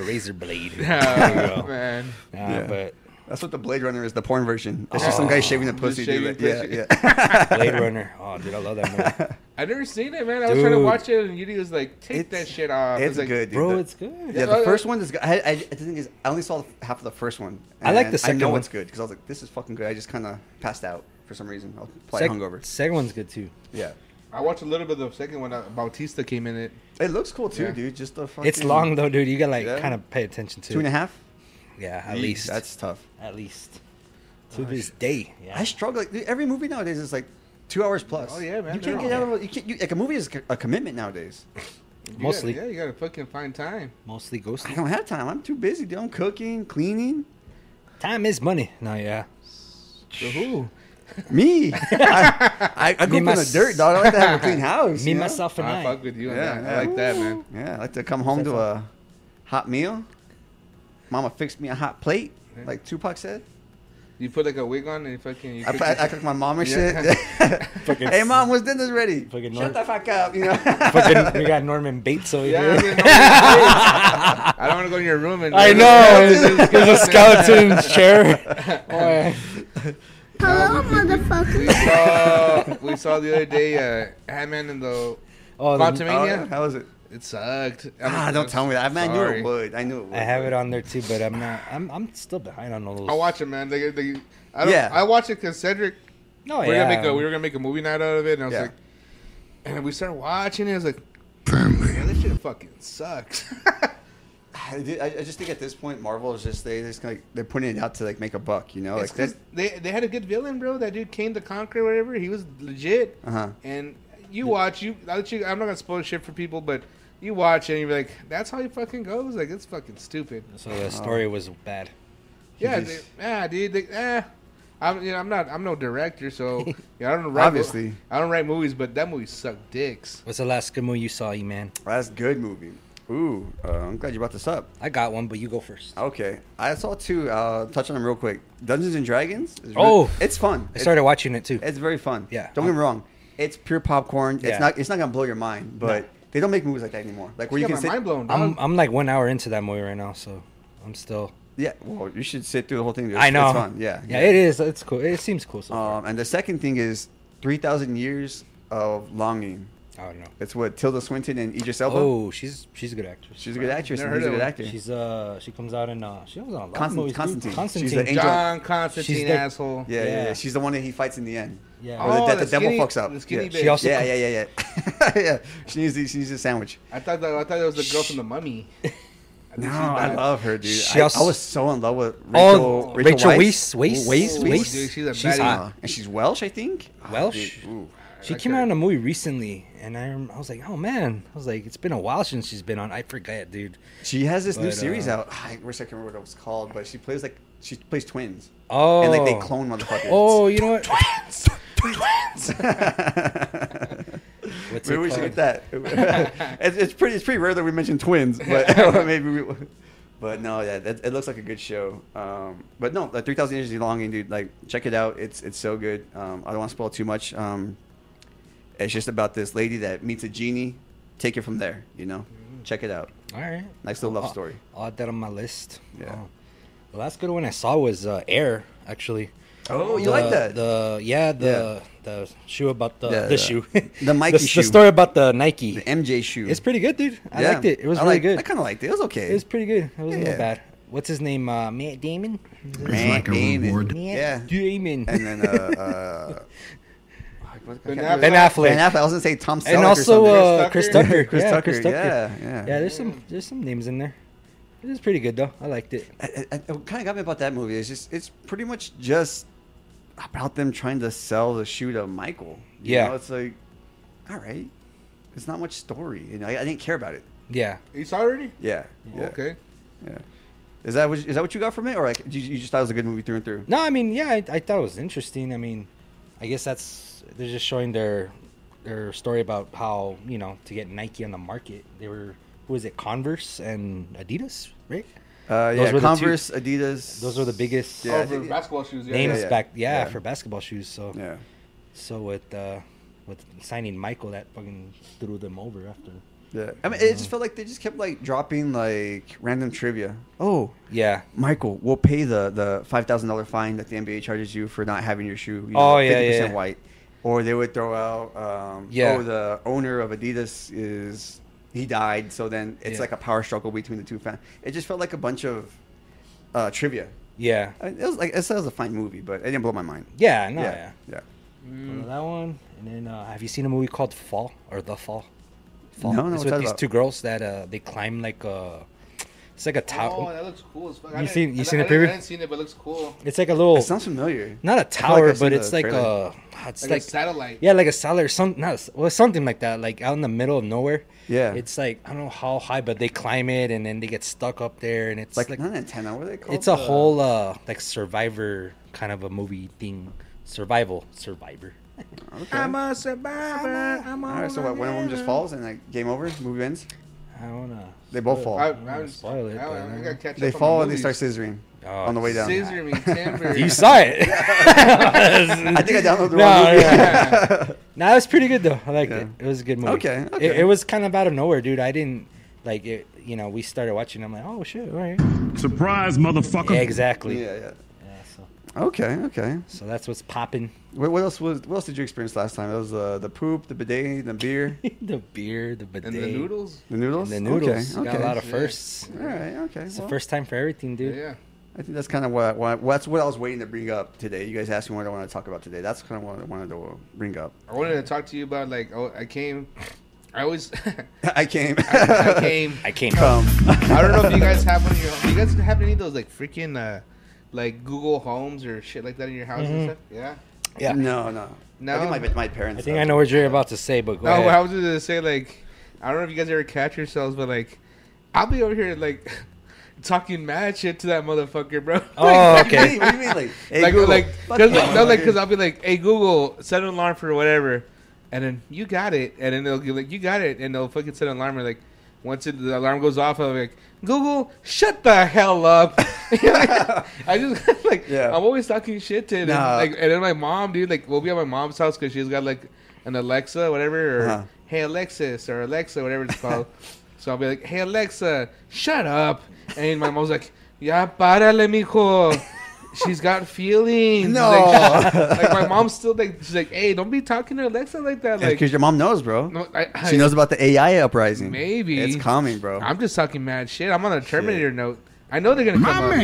razor blade.
Oh,
There you go.
man.
Nah, but
That's what the Blade Runner is, the porn version. It's just some guy shaving the pussy, dude.
Oh, shaving
Like, yeah,
pussy.
yeah.
Blade Runner. Oh, dude, I love that movie,
I never seen it, man. I was trying to
Dude.
watch it, and Yudi was like, "Take
It's-
that shit off."
It's
I was like,
good, dude.
bro.
The-
It's good.
Yeah,
Yeah,
the
I-
first one is. good. I, I, I the thing is, I only saw half of the first one.
I like
and
the second
I know
one.
it's good because I was like, this is fucking good. I just kind of passed out for some reason. I was probably
Sec-
hungover.
Second one's good too.
Yeah,
I watched a little bit of the second one. uh, Bautista came in it.
it looks cool too,
Yeah.
dude. Just the fucking.
It's long though, dude. You gotta like
Yeah.
kind of pay attention to.
Two and a
it.
half.
Yeah, at
Jeez,
least.
That's tough.
at least to this day. Yeah.
I struggle. Like, dude, every movie nowadays is like two hours plus.
Oh, yeah, man,
You can't
they're
get out of. a- You can't, you, like a movie is c- a commitment nowadays.
You
Mostly.
gotta, yeah, you gotta fucking find time.
Mostly
I
ghostly.
don't have time. I'm too busy, dude. I'm cooking, cleaning.
Time is money. No, yeah.
So who?
Me, I, I, I grew
Me,
up in the
mys-
dirt, dog. I like to have a clean house.
Me,
you know?
myself, and
I
I.
fuck with you. on
Yeah,
that.
yeah.
I like that, man.
Yeah, I like to come home to a hot meal. Mama fixed me a hot plate,
Mm-hmm.
like Tupac said.
You put like a wig on and you fucking. You
I,
cook
I, I
your-
cook my mom and
Yeah.
shit. hey, mom, was dinner's ready?
Fucking North-
Shut the fuck up, you know.
Fucking, we got Norman Bates over
yeah, I,
here.
mean, I don't want to go in your room and.
I know. There's a skeleton chair.
Hello, motherfucker.
We saw, we saw the other day uh, Ant-Man and the
Oh, the-
Oh,
Quantumania.
How was it?
It sucked. I mean,
Ah,
I'm
don't tell me that. I, man, I knew
sorry.
it would. I knew it would.
I have it on there too, but I'm not. I'm I'm still behind on all
Oh,
those.
I watch it, man. Like, like, I don't,
Yeah.
I watch it because Cedric.
No,
we were
yeah.
gonna make a we were gonna make a movie night out of it, and I was
Oh, Yeah.
like, and we started watching it. I was like,
Family.
man, this shit fucking sucks.
Oh, I, did- I I just think at this point, Marvel is just they just like they're putting it out to like make a buck, you know,
It's
like that.
'cause they they had a good villain, bro. That dude Kane the Conqueror, whatever. He was legit.
Uh-huh.
And you watch you. I'll let you. I'm not gonna spoil shit for people, but you watch it and you're like, that's how he fucking goes. Like it's fucking stupid.
So the story was bad.
Yeah,
just-
dude, yeah, dude. They, eh. I'm, you know, I'm not. I'm no director, so you know, I don't write.
Obviously.
I don't write movies, but that movie sucked dicks.
What's the last good movie you saw, you man?
That's a good movie. Ooh, uh, I'm glad you brought this up.
I got one, but you go first.
Okay, I saw two. I'll touch on them real quick. Dungeons and Dragons. Is
Oh.
it's fun.
I started watching it too.
It's very fun.
Yeah.
Don't get me wrong. It's pure popcorn.
Yeah.
It's not. It's not gonna blow your mind, but they don't make movies like that anymore. Like where you
got my
can sit.
mind blown.
I'm
dog.
I'm like one hour into that movie right now, so I'm still.
Yeah. Well, you should sit through the whole thing. It's,
I know.
It's fun. Yeah.
Yeah, it is. It's cool. It seems cool. So far.
Um, and the second thing is three thousand years of longing.
I don't know.
That's what Tilda Swinton and Idris Elba.
Oh, she's she's a good actress.
She's a good actress.
Never
and he's a
heard
good
of
actor.
She's uh she comes out in uh she was on a lot
Constan-
of movies. dude.
Constantine. She's
Constantine.
the angel.
John Constantine
She's the-
asshole.
yeah, yeah,
Yeah.
yeah. She's the one that he fights in the end.
Yeah.
Or the-
Oh,
that the,
the
devil
skinny-
fucks up.
the skinny
yeah.
bitch.
She also-
yeah, yeah, yeah, yeah. yeah. She needs. the- She needs a sandwich.
I thought that I thought that was the girl from the Mummy.
No,
she's
I
bad.
love her, dude.
She
I,
also-
I was so in love with Rachel.
Oh, Rachel Weisz. Weisz.
Weiss.
Ooh,
Weiss?
dude, she's a
She's
baddie.
hot.
and she's Welsh, I think. Ah,
Welsh?
dude, ooh.
She
like
came
her.
out in a movie recently, and I, rem- I was like, oh man, I was like, it's been a while since she's been on. I forget, dude.
She has this new
But,
series
uh,
out. Ah, I wish I can remember what it was called, but she plays like she plays twins.
Oh,
And like they clone motherfuckers.
Oh, you know what?
Twins.
What's
Maybe we should
clone.
get that. it's, it's pretty. It's pretty rare that we mention twins, but maybe we. But no, yeah, that, it looks like a good show. Um, but no, like, three thousand inches is longing, dude. Like, check it out. It's it's so good. Um, I don't want to spoil too much. Um, it's just about this lady that meets a genie. Take it from there. You know,
Mm-hmm.
check it out.
All right.
Nice little love
I'll-
story.
I'll add that on my list.
Yeah.
Oh. The last good one I saw was uh, Air, actually.
Oh, you
The-
like that?
The yeah, the the shoe about the
Yeah,
the
the-
shoe,
the Mikey
the,
shoe.
The story about the Nike.
The MJ shoe.
it's pretty good, dude. I
Yeah.
liked it. It was
I
really
like-
good.
I kind of liked it. It was okay.
It was pretty good. It wasn't
Yeah.
that bad. What's his name? Uh, Matt Damon.
It's like a
Damon.
reward.
Matt
Yeah.
Damon.
and then uh, uh what-
Ben
I can't remember-
Ben Affleck.
Ben Affleck. I was gonna say Tom Selleck
and
or
also
something.
uh, Chris
Chris
Tucker.
Tucker.
Chris
yeah,
Tucker.
Chris Tucker.
Yeah, yeah.
Yeah, there's some there's some names in there. It was pretty good though. I liked it.
I- I- I- what kind of got me about that movie is just it's pretty much just about them trying to sell the shoe to Michael. You
Yeah.
know, it's like, all right, it's not much story. You know, I, I didn't care about it.
Yeah.
You saw it already? Oh,
Yeah. yeah,
Okay.
Yeah. Is that what, is that what you got from it, or like you, you just thought it was a good movie through and through?
No, I mean, yeah, I, I thought it was interesting. I mean, I guess that's they're just showing their their story about how you know to get Nike on the market. They were who was it Converse and Adidas, right?
Uh, yeah.
were the two-
Converse, Adidas.
Those were the biggest
Yeah, I
oh, for
think-
basketball shoes. Yeah,
names
yeah.
yeah.
back, yeah,
Yeah.
for basketball shoes. So
Yeah.
so with uh, with signing Michael, that fucking threw them over after.
Yeah. I mean, it just felt like they just kept like dropping like random trivia. Oh,
Yeah.
Michael, we'll pay the the five thousand dollar fine that the NBA charges you for not having your shoe. You
Oh, yeah, yeah, yeah.
white. Or they would throw out, um,
Yeah.
oh, the owner of Adidas is he died, so then it's
Yeah.
like a power struggle between the two fans. It just felt like a bunch of uh, trivia.
Yeah.
I- It was like it was a fine movie, but it didn't blow my mind.
Yeah. No.
yeah,
yeah.
yeah.
Mm.
Well, that one, and then uh, have you seen a movie called Fall or The Fall? Fall.
No, no,
it's
what's that
with these
about?
two girls that uh, they climb like a, it's like a
Oh,
tower.
that looks cool as fuck. I
You
didn't-
seen- you
I
seen
I
the
didn't-
preview?
I haven't seen it, but it looks cool.
it's like a little,
It sounds familiar.
not a
feel like
tower,
I've seen
but
the
it's like
trailer.
a, ah, it's
Like,
like,
a satellite.
yeah, like a satellite or some, not a s- well, something like that, like out in the middle of nowhere.
Yeah.
It's like I don't know how high, but they climb it, and then they get stuck up there, and it's
Like,
like,
not an antenna. What are they called?
it's a
The-
whole uh, like survivor kind of a movie thing, survival survivor.
Okay.
a survivor. I'm
All right, so what, one of them just falls and like game over, movie ends.
I don't know.
They both
I,
fall.
I,
I'm gonna
I,
spoil it,
I,
but,
I
uh,
gotta catch
they
up on
fall
my
and they start
movies.
scissoring
Oh,
on the way down.
Scissor me, timber.
You saw it.
I think I downloaded the wrong
No,
movie.
yeah. No, it was pretty good though. I liked it.
Yeah.
It was a good movie.
Okay,
It- It,
okay.
was kind of out of nowhere, dude. I didn't like it. You know, we started watching. I'm like, oh shit, all right.
Surprise, motherfucker.
Yeah, exactly.
yeah, yeah.
Yeah, so,
Okay, okay.
so that's what's popping.
What, what else was? What else did you experience last time? It was uh, the poop, the bidet, the beer,
the beer, the bidet,
And the noodles.
the noodles.
and the noodles.
Okay, okay.
Got a lot of
Yeah.
firsts.
All right, okay.
It's
well,
the first time for everything, dude.
Yeah.
I think that's kind of what, what what's what I was waiting to bring up today. You guys asked me what I wanted to talk about today. That's kind of what I wanted to uh, bring up.
I wanted to talk to you about like oh I came, I always
I came.
I came.
I came.
Come.
I don't know if you guys have one of your. You guys have any of those like freaking uh, like Google Homes or shit like that in your house and
Mm-hmm.
stuff? Yeah.
Yeah.
No, no.
No?
I think my, my parents.
I think I
have
know what you're about to say, but go
No,
ahead.
I was just gonna say like, I don't know if you guys ever catch yourselves, but like, I'll be over here like talking mad shit to that motherfucker, bro.
oh,
What do you
okay.
mean? What do you mean? Like, hey,
like,
Google,
like,
fuck
cause,
you,
no, like,
motherfucker.
cause I'll be like, "Hey Google, set an alarm for whatever," and then you got it, and then they'll be like, "You got it," and they'll fucking set an alarm. And like, once it, the alarm goes off, I'll be like, "Google, shut the hell up!" I just like,
Yeah.
I'm always talking shit to it.
Nah.
And, like, and then my mom, dude, like, we'll be at my mom's house because she's got like an Alexa, whatever, or
Uh-huh.
Hey Alexis or Alexa, whatever it's called. so I'll be like, Hey Alexa, shut up, and my mom's like, Ya párale, mijo. She's got feelings.
No.
like, like, my mom's still like, she's like, hey, don't be talking to Alexa like that. Like,
because your mom knows, bro.
no, I, I,
she knows about the AI uprising.
Maybe.
it's coming, bro.
I'm just talking mad shit. I'm on a Terminator note. I know they're gonna come up. So I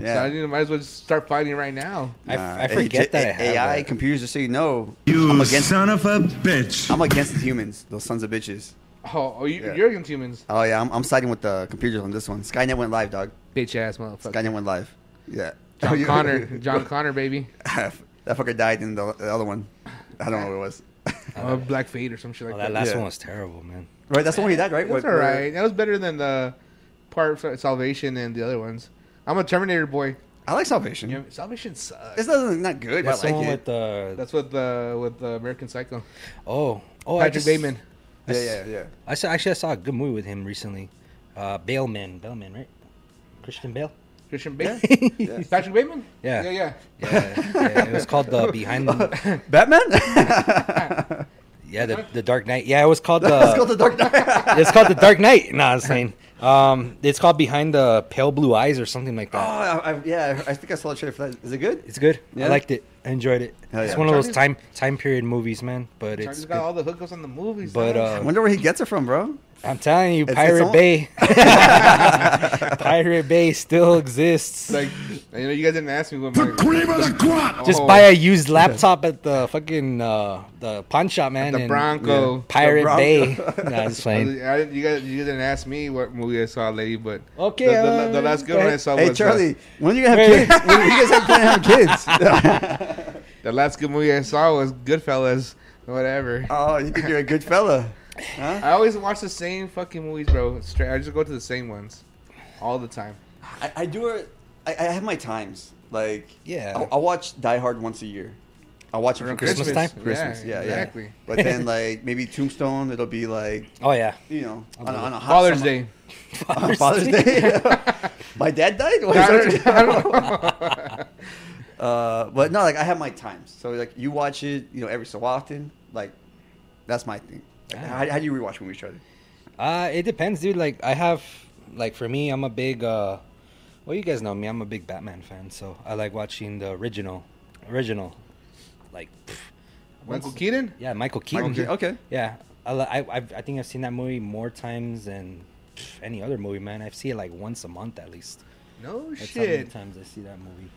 yeah.
need, might as well just start fighting right now.
I,
Nah,
I forget
A-
that I
A-
have
AI
that. Oh,
computers. Just so you know,
You
I'm against.
son of a bitch.
I'm against the humans. Those sons of bitches.
Oh, oh you,
Yeah.
you're against humans,
Oh yeah, I'm, I'm siding with the computers on this one. Skynet went live, dog.
bitch ass motherfucker.
Skynet went live. Yeah.
John Connor, John Connor, baby,
that fucker died in the, the other one. I don't know what it was.
or Black Fate or some shit like
Oh,
that.
that last
Yeah.
one was terrible, man.
right, that's the one he died, right?
That's all right. That was better than the part for Salvation and the other ones. I'm a Terminator boy.
I like Salvation.
You know, Salvation sucks.
It's not, not good,
That's
but
the
I
one
like it.
with the
That's with the with the American Psycho.
oh oh I
Patrick
just,
Bateman.
I
Yeah,
s-
yeah, yeah.
I saw actually I saw a good movie with him recently. Uh, Baleman, Baleman, right? Christian Bale.
Christian Bale,
yeah,
Patrick Bateman.
Yeah.
yeah, yeah.
yeah, it was called the Behind the
Batman?
yeah the, the Dark Knight. Yeah, it was called the
Let's go to Dark Knight.
it's called the Dark Knight. No, I was saying um, it's called Behind the Pale Blue Eyes or something like
Oh,
that.
I, I, yeah, I think I saw a trailer for that. Is it good?
It's good.
Yeah?
I liked it. I enjoyed it.
Hell
It's
yeah.
one of those
Charlie's-
time time period movies, man. But
Charlie's
it's
got
good.
all the hookups on the movies.
But,
huh?
uh,
I wonder where he gets it from, bro.
I'm telling you,
It's-
Pirate
it's
Bay, Pirate Bay still exists.
like you know, you guys didn't ask me what
The
my
cream of the crop.
just
oh.
buy a used laptop at the fucking uh, the pawn shop, man.
the
and
Bronco.
Pirate
The Bronco.
Bay. Nah, I'm just
I,
playing.
didn't- you guys, you guys didn't ask me what movie I saw lately, but
Okay,
the, the,
uh,
the last good
go
one I
ahead.
saw
Hey,
was uh,
Charlie, when are you gonna have
Wait.
kids? When are you guys have plan on having kids?
the last good movie I saw was Goodfellas, whatever.
oh, you think you're a good fella? Huh?
I always watch the same fucking movies, bro. Straight, I just go to the same ones all the time.
I, I do it. I, I have my times. Like,
Yeah.
I, I watch Die Hard once a year. I watch it for
Around
Christmas.
Christmas time?
Christmas, yeah,
yeah, exactly.
yeah. But then, like, maybe Tombstone, it'll be like,
Oh yeah,
you know, on, a- on a hot
Father's
summer-
Day.
on Father's Day. my dad died. What
I
is
don't-
that?
I don't know.
Uh, but no, like I have my times. So like you watch it, you know, every so often. Like that's my thing. Like,
Ah.
how, how do you rewatch movies, Charlie?
Uh, it depends, dude. Like I have, like for me, I'm a big. uh Well, you guys know me. I'm a big Batman fan, so I like watching the original, original, like. pff,
Michael
once-
Keaton.
Yeah, Michael Keaton.
Michael Keaton, okay.
Yeah, I, li- I I've, I think I've seen that movie more times than pff, any other movie, man. I see it like once a month at least.
No
That's how many
shit.
times I see that movie.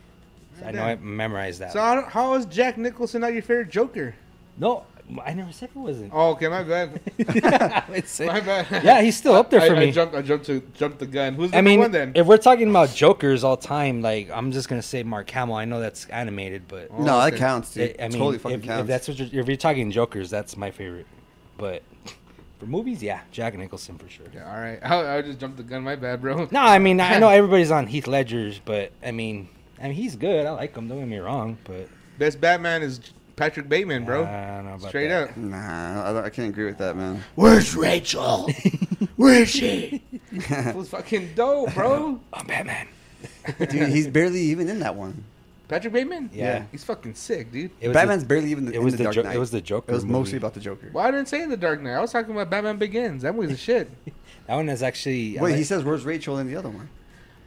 So I
Right
know
there.
I memorized that.
So I don't- how is Jack Nicholson not your favorite Joker?
no, I never said it wasn't.
Oh, okay, my bad.
It's-
My bad.
yeah, he's still up there for
I,
me.
I jumped. I jumped to jump the gun. Who's the
I mean,
one then?
if we're talking about Jokers all time, like I'm just gonna say Mark Hamill. I know that's animated, but
Oh,
no, that
okay.
counts, dude.
it, I mean,
totally fucking
if, if
counts.
that's what you're, if you're talking Jokers, that's my favorite. But for movies, yeah, Jack Nicholson for sure.
yeah, all right. I, I just jumped the gun. My bad, bro.
No, I mean, I know everybody's on Heath Ledger's, but I mean, I mean, he's good. I like him. Don't get me wrong, but
Best Batman is Patrick Bateman, bro.
I don't know about
Straight
that.
up.
nah, I, don't, I can't agree with that, man.
Where's Rachel? Where's she?
It was fucking dope, bro.
I'm Batman.
Dude, he's barely even in that one.
Patrick Bateman?
Yeah.
He's fucking sick, dude.
It was
Batman's
the-
barely even.
it
in
was
the,
the
Dark
Jo-
Knight.
it was the Joker
It was mostly
movie.
about the Joker.
Well, I didn't say The Dark Knight. I was talking about Batman Begins. That movie's a shit.
that one is actually. I
Wait,
like-
he says where's Rachel in the other one?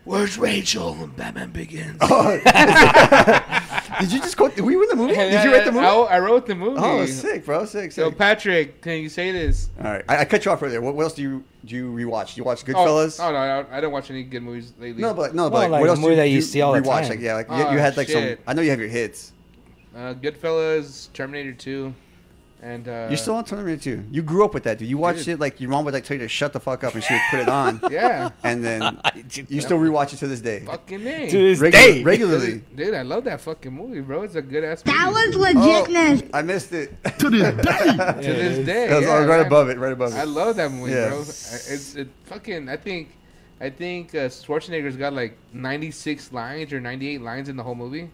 Where's Rachel when Batman begins?
Oh.
Did you just quote? Were you in the movie? Did you
Yeah,
write the movie?
I, I wrote the movie.
Oh, sick, bro, sick.
So,
sick.
Patrick, can you say this?
All right, I, I cut you off right there. What, what else do you do you rewatch? You watch
Oh,
Goodfellas?
Oh, no, I, I don't watch any good movies lately.
No, but no,
Well,
but
like
what
the
else
movie
do
that
you
you see all the
rewatch?
time.
Like, yeah, like you,
Oh,
you had like
shit.
some. I know you have your hits.
Uh, Goodfellas, Terminator 2, and... Uh,
You're still on Terminator 2. You grew up with that, dude. You watched
Dude.
it like your mom would like tell you to shut the fuck up, and she would put it on.
Yeah.
And then you still rewatch it to this day.
fucking name.
To this
Regu-
day.
regularly.
Dude, I love that fucking movie, bro. It's a good-ass movie.
That was
Oh,
legitness.
I missed it.
To this day.
To this day.
That was
yeah,
right
man.
above it. Right above it.
I love that movie,
Yeah.
bro. I- It's it fucking. I think, I think uh, Schwarzenegger's got like ninety six lines or ninety eight lines in the whole movie.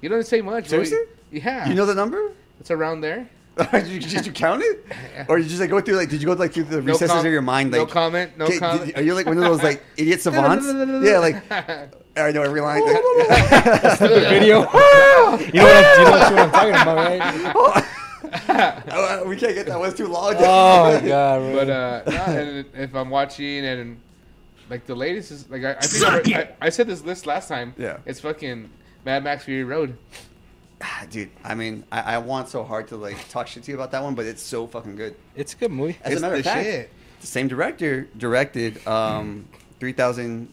He doesn't say much. bro.
Seriously?
Yeah.
you know the number?
it's around there.
did, you, did you count it, or you just like go through like? Did you go like through the
No
recesses
com-
of your mind? Like,
no comment. No
okay, did-
comment.
are you like one of those like idiot savants? yeah, like I know every line.
video. you know what? I'm, you know what I'm talking about, right?
Oh, we can't get that one's too long.
Oh my god. bro.
but uh, nah, and if I'm watching and like the latest is like I, I think I, I, I said this list last time.
Yeah.
It's fucking Mad Max Fury Road.
Ah, dude, I mean, I, I want so hard to like talk shit to you about that one, but it's so fucking good.
it's a good movie.
As
It's
a matter of
the
fact,
shit.
the same director directed um, Three Thousand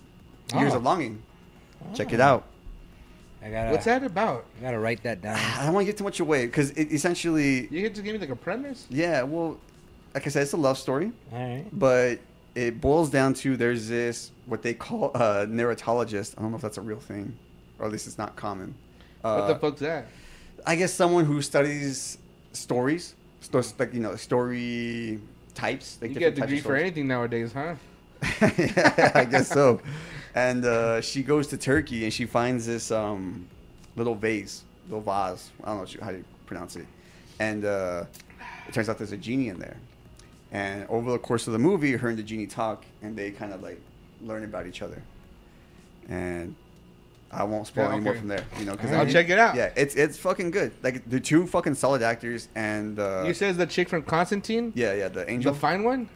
Years
Oh.
of Longing. Check
Oh.
it out.
I gotta.
What's that about?
I gotta write that down.
Ah, I don't want to get too much away because it essentially,
You could just give me like a premise.
yeah. Well, like I said, it's a love story.
All right.
but it boils down to there's this what they call a narratologist. I don't know if that's a real thing, or at least it's not common. Uh,
what the fuck's that?
I guess someone who studies stories, sto- like you know, story types. Like
You get a
different
degree for
types
anything nowadays, huh?
of stories. Yeah, I guess so. And uh, she goes to Turkey and she finds this um, little vase, little vase. I don't know what you- how you pronounce it. And uh, it turns out there's a genie in there. And over the course of the movie, her and the genie talk, and they kind of like learn about each other. And I won't spoil
Yeah,
any more
okay.
from there, you know. Because
I'll check it out.
Yeah, it's it's fucking good. Like they're two fucking solid actors, and uh,
You says the chick from Constantine,
yeah, yeah, the
the
angel,
fine one.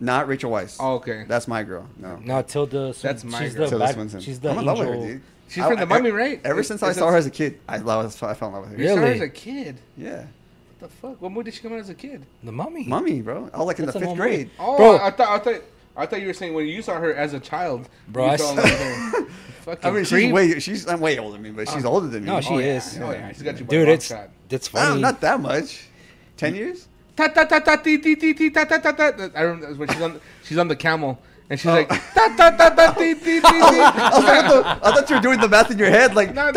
not Rachel Weiss.
Oh, okay.
that's my girl. No,
No, Tilda. Swin-
That's my
she's
girl.
the
Tilda
bad-
Swinton.
She's the
I'm in
angel.
love with her, dude.
She's
I-
from The
I-
Mummy, right?
Ever since I
It's
saw
a-
her as a kid, I love. I fell in love with her.
You saw her
Really?
as a kid.
Yeah,
What the fuck? What movie did she come out as a kid?
The mummy.
mummy, bro. I was like in
That's
the
a
fifth
mummy.
grade.
Oh,
Bro.
I, I thought I thought I thought you were saying when you saw her as a child,
Bro,
you
I
fell in
saw-
love with her. Fucking
I mean, she's
creep.
way she's I'm way older than me, but she's older than me.
No, she
Oh, yeah.
is.
Oh, yeah. She's got you by a
Dude,
long
it's
shot.
that's
I
funny.
don't, not that much. Ten years?
ta ta ta ta ti ti ti ti ta ta ta ta. I remember that was when she's on she's on the camel and she's like ta ta ta ta ti ti ti ti.
I, was like, what the- I thought you were doing the math in your head, like
No, no.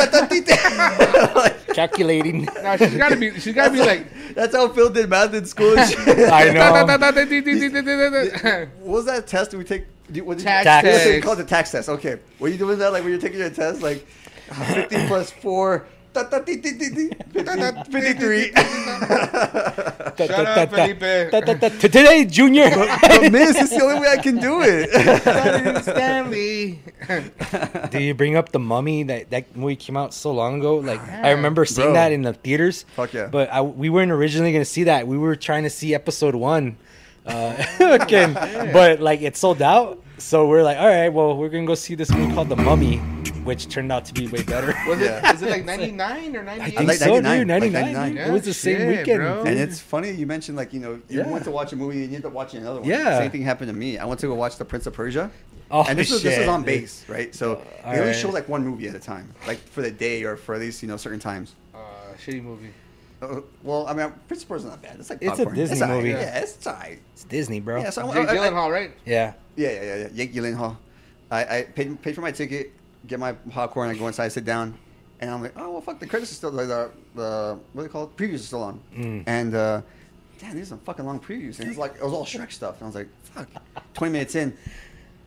Like,
Calculating.
Now she's gotta be she's gotta be like
that's how Phil did math in school. and shit.
I
ta ta ta
know.
ta ti ti ti ti ti ti.
what was that test that we take? do- What did
Tax
you, what was
test.
it called the tax test? Okay, were you doing that like when you're taking your test, like fifty plus four? 53.
Shut
up, Felipe.
Today, Junior.
But miss, it's the only way I can do it.
Stanley.
Do you bring up the mummy that that movie came out so long ago? Like I remember seeing
Bro.
that in the theaters.
Fuck yeah.
But I, we weren't originally gonna see that. We were trying to see episode one. Uh, again, but like it sold out, so we're like, all right, well, we're gonna go see this movie called The Mummy, which turned out to be way better.
Was
Yeah.
it is it like ninety nine or ninety
I
eight?
think
like
so, dude.
99,
99.
like
dude.
99.
it was the same
Yeah,
weekend.
bro.
dude.
And it's funny you mentioned like you know you
Yeah.
went to watch a movie and you end up watching another one.
Yeah.
Same thing happened to me. I went to go watch The Prince of Persia.
Oh,
and this is this is
shit. Uh,
on base, right? So they only
alright.
show like one movie at a time, like for the day or for at least you know certain times.
Uh, shitty movie.
Uh, well, I mean, Prince of Persia's not bad. It's like
It's a
popcorn.
Disney
alright.
movie.
Yeah, it's tight.
It's Disney, bro.
Yeah, so I,
Jake
I- I-
Gyllenhaal, right?
yeah.
yeah, yeah, yeah, yeah. Jake Gyllenhaal. I, I paid, paid for my ticket, get my popcorn, I go inside, sit down, and I'm like, oh well, fuck, the credits are still the the what do they call it? Previews are still on,
Mm.
and uh, damn, these are some fucking long previews, and it's like it was all Shrek stuff, and I was like, fuck, twenty minutes in.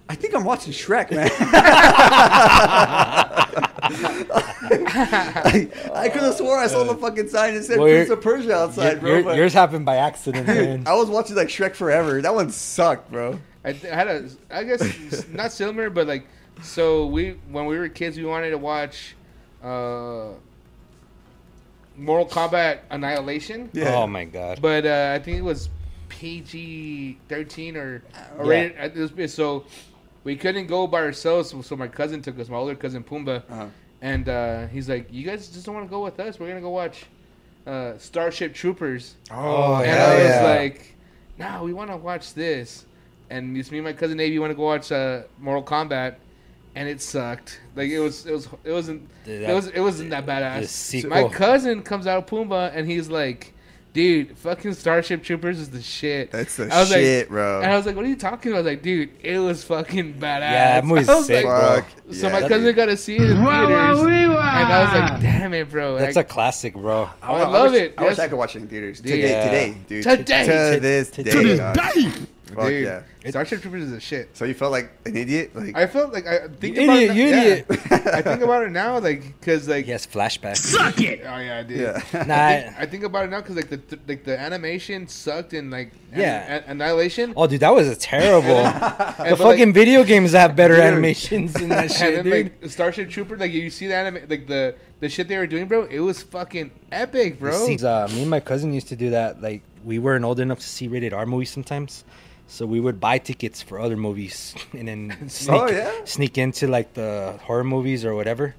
I think I'm watching Shrek, man. I, could have swore I saw the fucking sign and said
Well,
Prince
you're-
of Persia outside,
Your-
bro.
your-
but- Oh,
yours happened by accident, man.
Dude, I was watching like Shrek Forever. That one sucked, bro.
I, th- I had a, I guess s- not similar, but like, so we when we were kids, we wanted to watch, uh, Mortal Kombat Annihilation,
Yeah.
Oh my god.
but uh, I think it was PG thirteen or, or
Yeah.
rated uh, at this bit, so we couldn't go by ourselves. so- So my cousin took us, my older cousin Pumbaa,
Uh-huh.
and uh, he's like, "You guys just don't want to go with us. We're gonna go watch uh, Starship Troopers."
oh
And
hell
I was
yeah.
like, nah, we want to watch this. And it's me and my cousin Abe, you want to go watch uh, Mortal Kombat? And it sucked. Like it was, it was, it wasn't,
Dude,
it
that-
was, it wasn't that
the
badass.
sequel.
My cousin comes out of Pumbaa and he's like, "Dude, fucking Starship Troopers is the shit."
That's the
I was like-
shit, bro.
And I was like, "What are you talking about?" I was like, "Dude, it was fucking badass."
yeah, that movie's
I was
sick,
like-
bro.
Fuck.
so
yeah,
my
dude.
cousin got to see it in theaters, and I was like, "Damn it, bro!"
That's a
like,
classic, bro.
I love
wish,
it.
I wish
That's-
I could watch it in theaters today,
Yeah.
today, dude.
Today.
to this day,
To
To this
dog.
day.
Fuck
dude,
yeah.
Starship Troopers is a shit.
So you felt like an idiot, like
I felt like I think
You
about
idiot,
it,
you
yeah.
idiot.
I think about it now, like, cause like,
He has flashbacks.
Suck it.
oh yeah, dude.
yeah.
nah.
I think about it now, cause like the th- like the animation sucked and like an-
Yeah.
a- Annihilation.
Oh, dude, that was a terrible.
and,
the
but, like-
fucking video games have better
Dude.
animations than that
and
shit,
then
dude.
like Starship Trooper, like you see the anime, like the the shit they were doing, bro. It was fucking epic, bro.
See, uh, me and my cousin used to do that. Like we weren't old enough to see rated R movies sometimes, so we would buy tickets for other movies and then sneak,
Oh, yeah?
sneak into like the horror movies or whatever.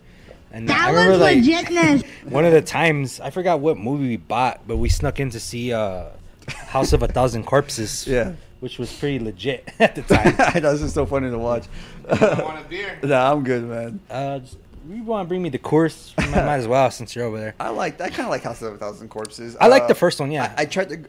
And I
That
remember
was
like
legitness.
one of the times I forgot what movie we bought, but we snuck in to see uh, House of a Thousand Corpses.
Yeah.
Which was pretty legit at the time.
that was just so funny to watch.
I want a beer.
nah, I'm good, man.
Uh, just- you want to bring me the course? Might, might as well since you're over there.
I like. I kind of like House of a Thousand Corpses.
I like
Uh,
the first one. Yeah, I,
I, I tried to.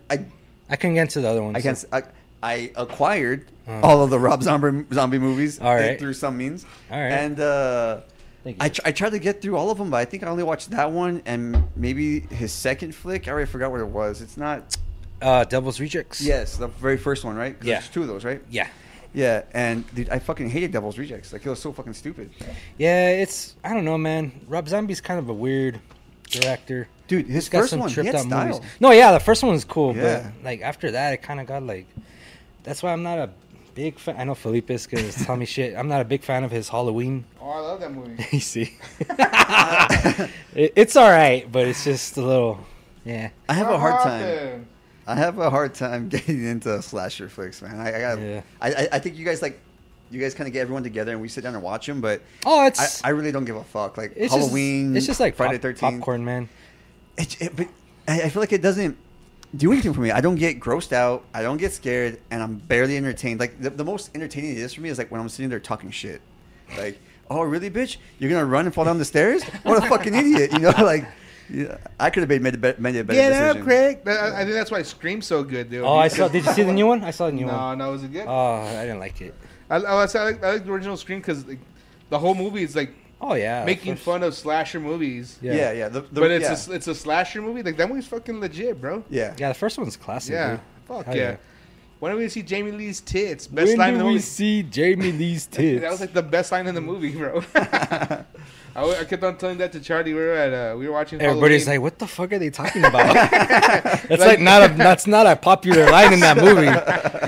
I
couldn't get into the other ones.
I guess I, I acquired all of the Rob Zombie zombie movies
Oh. All right.
through some means.
All right.
And uh,
Thank
I,
you.
tr- I tried to get through all of them, but I think I only watched that one and maybe his second flick. I already forgot what it was. It's not.
Uh, Devil's Rejects.
Yes, the very first one, right? 'Cause
Yeah.
There's two of those, right?
Yeah.
Yeah. And dude, I fucking hated Devil's Rejects. Like it was so fucking stupid.
Yeah, it's I don't know, man. Rob Zombie's kind of a weird director.
Dude, his
He's got
first
some
one, he
tripped
had
out movies.
style.
No, yeah, the first one was cool,
Yeah.
but like after that, it kind of got like. That's why I'm not a big fan. I know Felipe's gonna tell me shit. I'm not a big fan of his Halloween.
Oh, I love that movie.
You see, It- it's all right, but it's just a little. Yeah,
I have a hard time. I have a hard time getting into slasher flicks, man. I I, got,
Yeah.
I, I I think you guys like, you guys kind of get everyone together and we sit down and watch them. But
Oh,
I,
it's
I really don't give a fuck. Like
it's
Halloween,
Just, it's just like
Friday
pop-
Thirteenth.
popcorn, man.
It, it, but I, I feel like it doesn't do anything for me. I don't get grossed out. I don't get scared, and I'm barely entertained. Like the, the most entertaining it is for me is like when I'm sitting there talking shit, like, "Oh, really, bitch? You're gonna run and fall down the stairs? What a fucking idiot!" You know, like, yeah, I could have made, made, a, be- made a better
Get
decision.
up, Craig. That- I, I think that's why Scream's so good, dude.
Oh, I saw. Did you see the new one? I saw the new
No,
one.
no, was it good?
Oh, I didn't like it.
I, I, I like I like the original Scream because like, the whole movie is like
Oh yeah,
making
first-
fun of slasher movies.
Yeah.
Yeah, yeah. the, the,
but it's
yeah.
a, it's a slasher movie. Like that movie's fucking legit, bro.
yeah.
Yeah, the first one's classic.
Yeah.
dude.
Fuck yeah.
Hell
When are we gonna see Jamie Lee's tits? Best line in the movie.
see Jamie Lee's
That was like the best line in the movie, bro. I, w- I kept on telling that to Charlie. We were at uh, we were watching.
Everybody's
Halloween.
like, "What the fuck are they talking about?" that's like, not a that's not a popular line in that movie.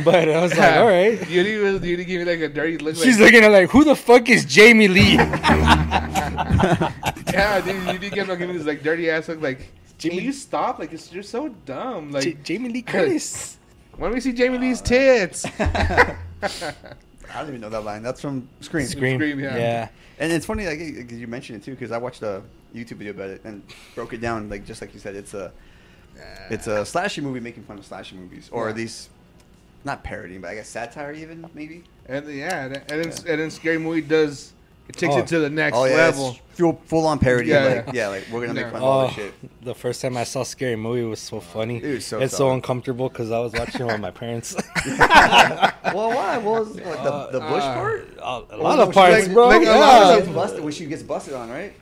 But I was like, "All right."
Beauty was Beauty gave me like a dirty look.
She's
like,
looking at like, "Who the fuck is Jamie Lee?"
yeah, dude, Beauty kept on giving me this like dirty ass look. Like, Jimmy,
Jimmy-
you stop? Like, it's, you're so dumb. Like,
J- Jamie Lee Curtis.
when do we see Jamie Lee's tits?
I don't even know that line. That's from Scream.
Scream.
Scream, yeah.
yeah.
And it's funny, like you- 'cause you mentioned it too, because I watched a YouTube video about it and broke it down, like just like you said, it's a it's a slasher movie making fun of slasher movies, or
Yeah.
at least not parodying, but I guess satire, even maybe.
and then- yeah, and, and then and then scary movie does it takes
Oh.
it to the next
oh yeah,
level.
it's full full on parody.
Yeah,
like,
yeah.
yeah. like we're gonna
No.
make fun of all
Oh,
this shit.
the first time I saw Scary Movie was so funny.
It was so
it's so
solid.
uncomfortable because I was watching it with my parents.
well, why? Well, it's, like the, the bush
uh,
part.
a lot of parts,
like-
bro.
like a
yeah.
lot of
When she gets busted, when she gets busted on, right?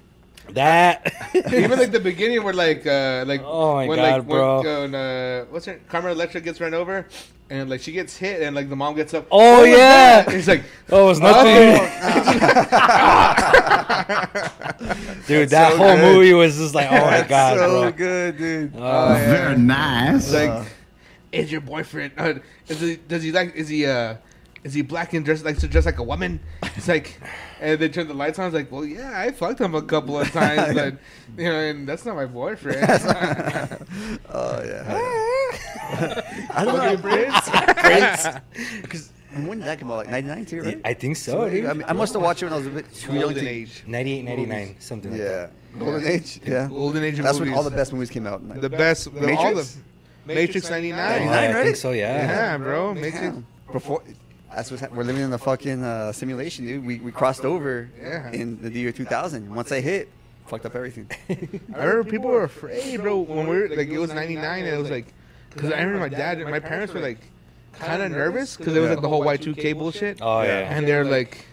that.
Even like the beginning where like uh like
Oh my
when
God,
like
bro.
when, uh, what's her Carmen Electra gets run over and like she gets hit and like the mom gets up
Oh,
"What was
yeah."
that?" it's like
Oh, it was nothing. Dude, that
so
whole
good.
movie was just like, oh my god,
so
bro.
good, dude.
Uh,
Very nice.
like is your boyfriend uh, is he, does he like is he uh is he black and dressed like to dress like a woman it's like and they turn the lights on it's like well yeah I fucked him a couple of times but you know and that's not my boyfriend
oh yeah. I don't know.
Fucking Prince.
Because when did that come out? Like ninety nine too, right?
I think so,
I,
dude.
mean, I must have watched it when I was a bit too young
Golden
to.
age
98, 99, something like that.
Yeah, golden age. Yeah,
golden age of
that's when
movies.
all the best movies came out.
the best the, all the
Matrix?
Matrix 99
Yeah,
99,
Oh, I think
right?
so, yeah.
yeah bro Matrix
Yeah. before. That's what we're living in the fucking uh, simulation, dude. We, we crossed over
Yeah.
in the year 2000. Once I hit, fucked up everything.
I remember people were afraid, bro, when we were like it was '99, and it was like, because I remember my dad, my parents were like kind of nervous because it was like the whole Y2K bullshit,
Oh yeah.
and they're like,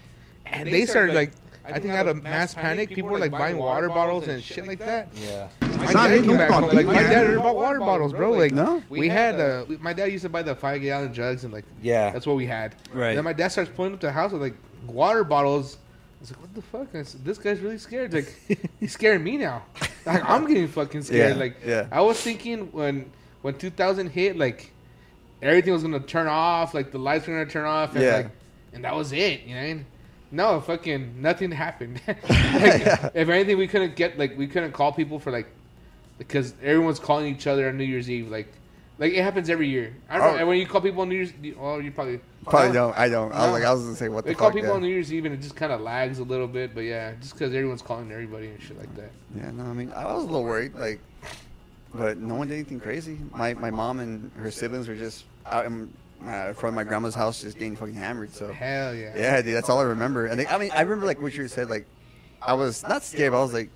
and they started like, I think out of mass panic, people were like buying water bottles and shit like that.
Yeah.
My dad came back home, like my dad never bought water bottles, bro. Like
No?
we had uh, we- my dad used to buy the five gallon jugs and like
Yeah.
that's what we had.
Right.
Then my dad starts pulling up to the house with like water bottles. I was like, what the fuck? I said, this guy's really scared. Like, he's scaring me now. Like, I'm getting fucking scared.
Yeah,
Like,
yeah.
I was thinking when when 2000 hit, like everything was gonna turn off, like the lights were gonna turn off, and
Yeah.
like, and that was it. You know. And no, fucking nothing happened. like, If anything, we couldn't get like we couldn't call people for like because everyone's calling each other on New Year's Eve. Like, like it happens every year. I don't
Oh.
know. And when you call people on New Year's, you- well, you probably
Probably don't. I don't. I was
No.
like, I was gonna say what
They
the
call
fuck.
people
yeah.
on New Year's Eve and it just kind of lags a little bit. But yeah, just because everyone's calling everybody and shit like that.
Yeah, no, I mean, I was a little worried, like, but no one did anything crazy. My my mom and her siblings were just out in uh, front of my grandma's house, just getting fucking hammered. So
Hell yeah.
yeah, dude, that's all I remember. And they, I mean, I remember like what you said, like, I was not scared, but I was like,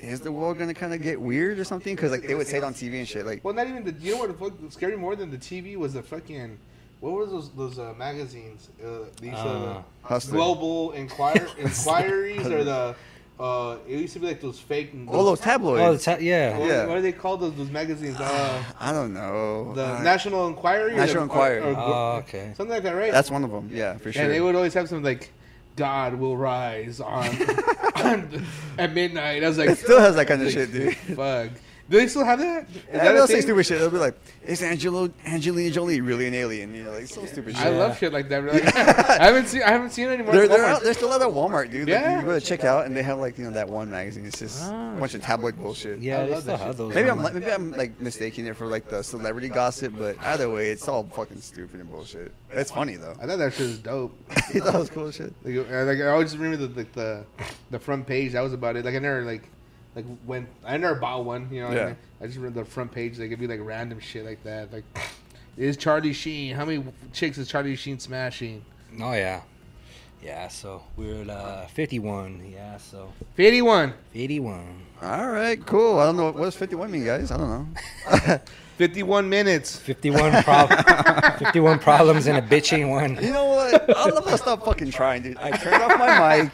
is the world gonna kind of get weird or something? Because like they would say it on TV and shit, like,
Well, not even the. You know what? The fuck scared me more than the TV was the fucking. What were those those uh, magazines? Uh, these uh,
Uh,
Hustler.
global inquir- inquiries or the. Uh, it used to be like those fake. Those,
all those
Oh, the
tabloids.
ta- yeah.
what,
yeah.
what do they call those those magazines? Uh,
I don't know.
the
Uh,
National Inquiry. or
National
the-
Enquirer.
or- or-
Oh, okay.
Something like that, right?
that's one of them. Yeah, for sure.
And they would always have something like, God will rise on on, at midnight. I was like,
It still has that kind of
like,
shit, dude.
Fuck. Do they still have that? Is
Yeah, they'll
a
say
thing?
stupid shit. They'll be like, "Is Angelo Angelina Jolie really an alien?" You know, like so stupid shit.
I love shit like that. bro. Like, I haven't seen. I haven't seen it anymore.
They're,
at
they're,
Walmart.
out, they're still out at Walmart, dude. Like,
Yeah. Ah.
you go to check out, and they have like you know that one magazine. It's just a bunch of tabloid bullshit.
Yeah,
I
they
love
still
that
have
shit.
those.
Maybe I'm
online.
like, maybe I'm like mistaking it for like the celebrity gossip, but either way, it's all fucking stupid and bullshit. It's funny though.
I thought that shit was dope.
that was cool shit.
Like, I- like I always remember the like the the front page. That was about it. Like I never like like when I never bought one. You know.
Yeah.
I just remember the front page. Like it'd be like random shit like that. Like is Charlie Sheen? How many chicks is Charlie Sheen smashing?
Oh yeah, yeah. So we're at uh, 51. Yeah, so
Fifty one.
81.
All right, cool. I don't know what does 51 mean, guys. I don't know.
51 minutes.
51 prob- 51 problems and a bitching one.
you know what? I'm gonna stop fucking trying, dude. I turned off my mic.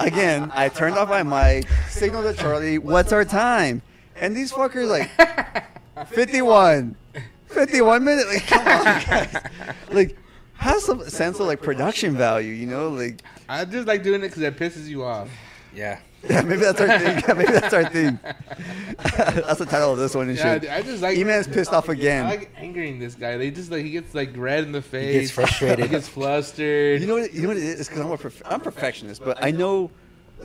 Again, I turned off my mic. Signal to Charlie, "What's our time?" And these fuckers like 51, 51 minutes. Like, come on, guys. Like, have some sense of like production value. You know, like
I just like doing it because it pisses you off.
Yeah.
Yeah, maybe that's our thing. Yeah, maybe that's our thing. that's the title of this one and
Yeah,
shit.
I just like.
E-Man's pissed off
I
again.
like angering this guy. They just like he gets like red in the face.
gets frustrated.
he gets flustered.
You know what? You know what it is? Because I'm a prof- I'm perfectionist, but I know.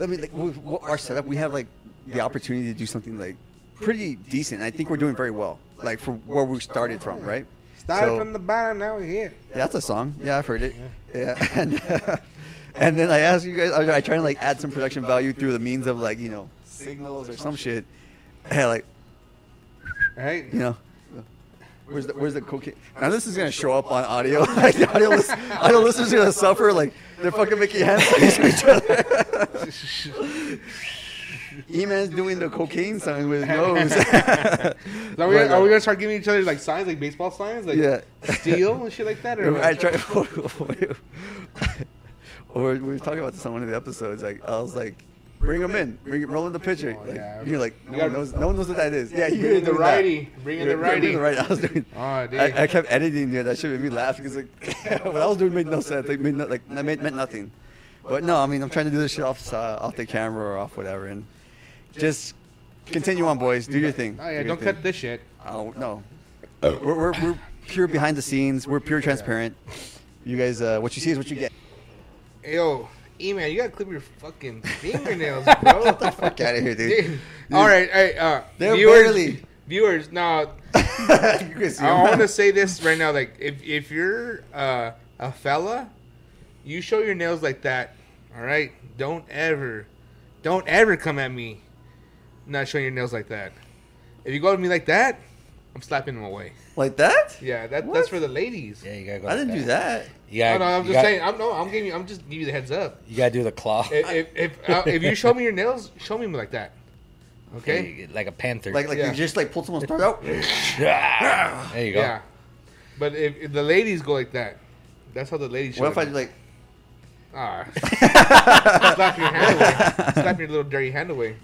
I mean, like with what our setup, we have like the opportunity to do something like pretty decent. I think we're doing very well, like for where we started from, right?
started
So-
from the bottom. Now we're here.
That's a song. Yeah, I've heard it. Yeah. And, and then I asked you guys, I, I try to like add some production value through the means of like, you know, signals or some shit. And like,
Right?
you know. Where's the where's the cocaine? Now this is gonna show up on audio. Like, the audio, list, audio listeners are gonna suffer. Like they're fucking making hand signs to each other. E-man's doing the cocaine sign with his nose.
So are, we,
Right,
are we
right.
gonna start giving each other like signs, like baseball signs, like
Yeah.
steal and shit like that? Or
I tried. or we were talking about this on one of the episodes. Like I was like, "Bring him in, bring roll in the picture." Like,
yeah.
You're like,
You
no
gotta-
one knows, no one knows what that is. Yeah, you
bring in the
do that.
righty, bring in
You're-
the righty.
bring in the righty. I was doing.
Oh, dude.
I, I kept editing there. That shit made me laugh because like what I was doing made no sense. Like made no, like that made meant nothing. But no, I mean I'm trying to do this shit off uh, off the camera or off whatever, and just continue on, boys. Do your thing.
oh yeah,
Do your
don't
thing.
cut this shit.
Oh no,
Oh.
we're, we're, we're pure behind the scenes. We're pure transparent. You guys, uh, what you see is what you get.
Hey, Yo, E man, you gotta clip your fucking fingernails, bro. What the
Fuck out of here, dude.
Dude. All right, hey, uh,
They're
viewers,
barely-
viewers. Now,
you can see
I
them.
want to say this right now. Like, if if you're uh, a fella, you show your nails like that. All right, don't ever, don't ever come at me, not showing your nails like that. If you go at me like that, I'm slapping them away.
like that.
Yeah, that,
What?
that's for the ladies. Oh,
Yeah, you gotta go.
I didn't do that.
Yeah,
no, no, I'm
you
just
got-
saying. I'm no, I'm giving. you I'm just giving you the heads up.
You gotta do the claw.
If if if, uh, if you show me your nails, show me like that. Okay.
Yeah, like a panther.
Like like
Yeah.
you just like pulled someone's throat out.
Ah! there you go.
Yeah. But if, if the ladies go like that, that's how the ladies. Show
What if I
it.
do like?
Ah. Slap your hand away. Slap your little dirty hand away.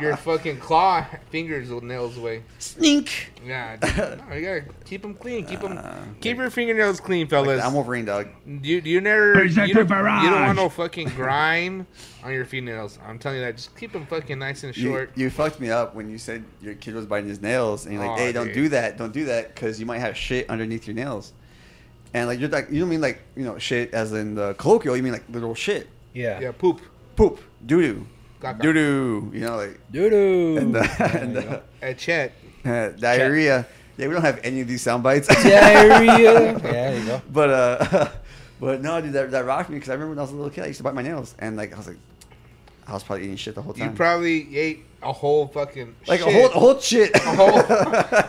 Your fucking claw fingers will nails away.
Snink. Ah,
Yeah, no, you gotta keep them clean. Keep them. keep your fingernails clean, fellas.
I'm Wolverine, dog.
You you never you don't,
Protector
you don't want
barrage.
no fucking grime on your fingernails. I'm telling you that. Just keep them fucking nice and
You,
short.
you fucked me up when you said your kid was biting his nails, and you're like,
Aw,
"Hey, don't
dude.
do that, don't do that, because you might have shit underneath your nails." And like you're like, you don't mean like you know shit as in the colloquial, you mean like literal shit,
Yeah.
yeah, poop.
poop, doo doo,
Caca.
doo doo, you know like.
Doo doo.
And, uh, and, uh,
At Chet.
Uh, diarrhea. Yeah, we don't have any of these sound bites.
Diarrhea. yeah, there you go.
But uh, but no, dude, that, that rocked me because I remember when I was a little kid, I used to bite my nails, and like I was like, I was probably eating shit the whole
You
time.
probably ate a whole fucking
like
shit.
a whole a whole shit.
whole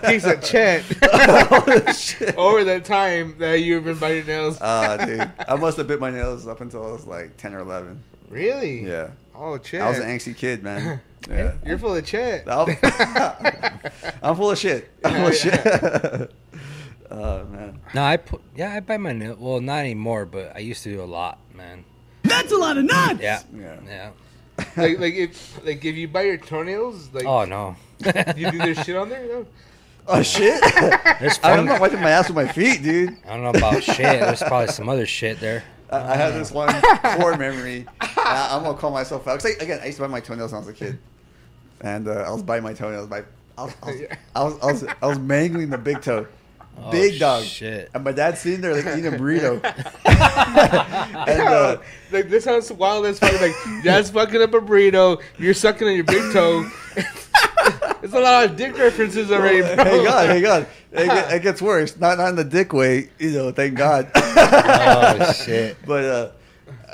piece of Chet
shit.
over the time that you've been biting nails.
Ah, dude, I must have bit my nails up until I was like ten or eleven.
really?
Yeah,
Oh, Chet.
I was an angsty kid, man. Yeah.
You're full of Chet.
I'm, I'm full of shit. I'm full of shit. oh man.
No, I put. Yeah, I bite my nail. Well, not anymore, but I used to do a lot, man.
That's a lot of nuts.
Yeah.
Yeah.
Yeah.
like, like if, like if you bite your toenails, like
Oh no.
you do this shit on there. No?
Oh shit!
There's
I'm
fun.
not wiping my ass with my feet, dude.
I don't know about shit. There's probably some other shit there.
I I have this one core memory I, am gonna call myself out. 'Cause I, again, I used to bite my toenails when I was a kid, and uh, I was biting my toenails. By I was, I was, I was, I was, I was mangling the big toe.
Oh,
Big dog,
shit.
and my dad's sitting there like eating a burrito, and uh,
like this sounds wild as fuck. Like that's fucking up a burrito. You're sucking on your big toe. It's a lot of dick references already. Bro.
Hey God, hey God, it, get- it gets worse. Not not in the dick way, you know. Thank God.
Oh shit.
but uh,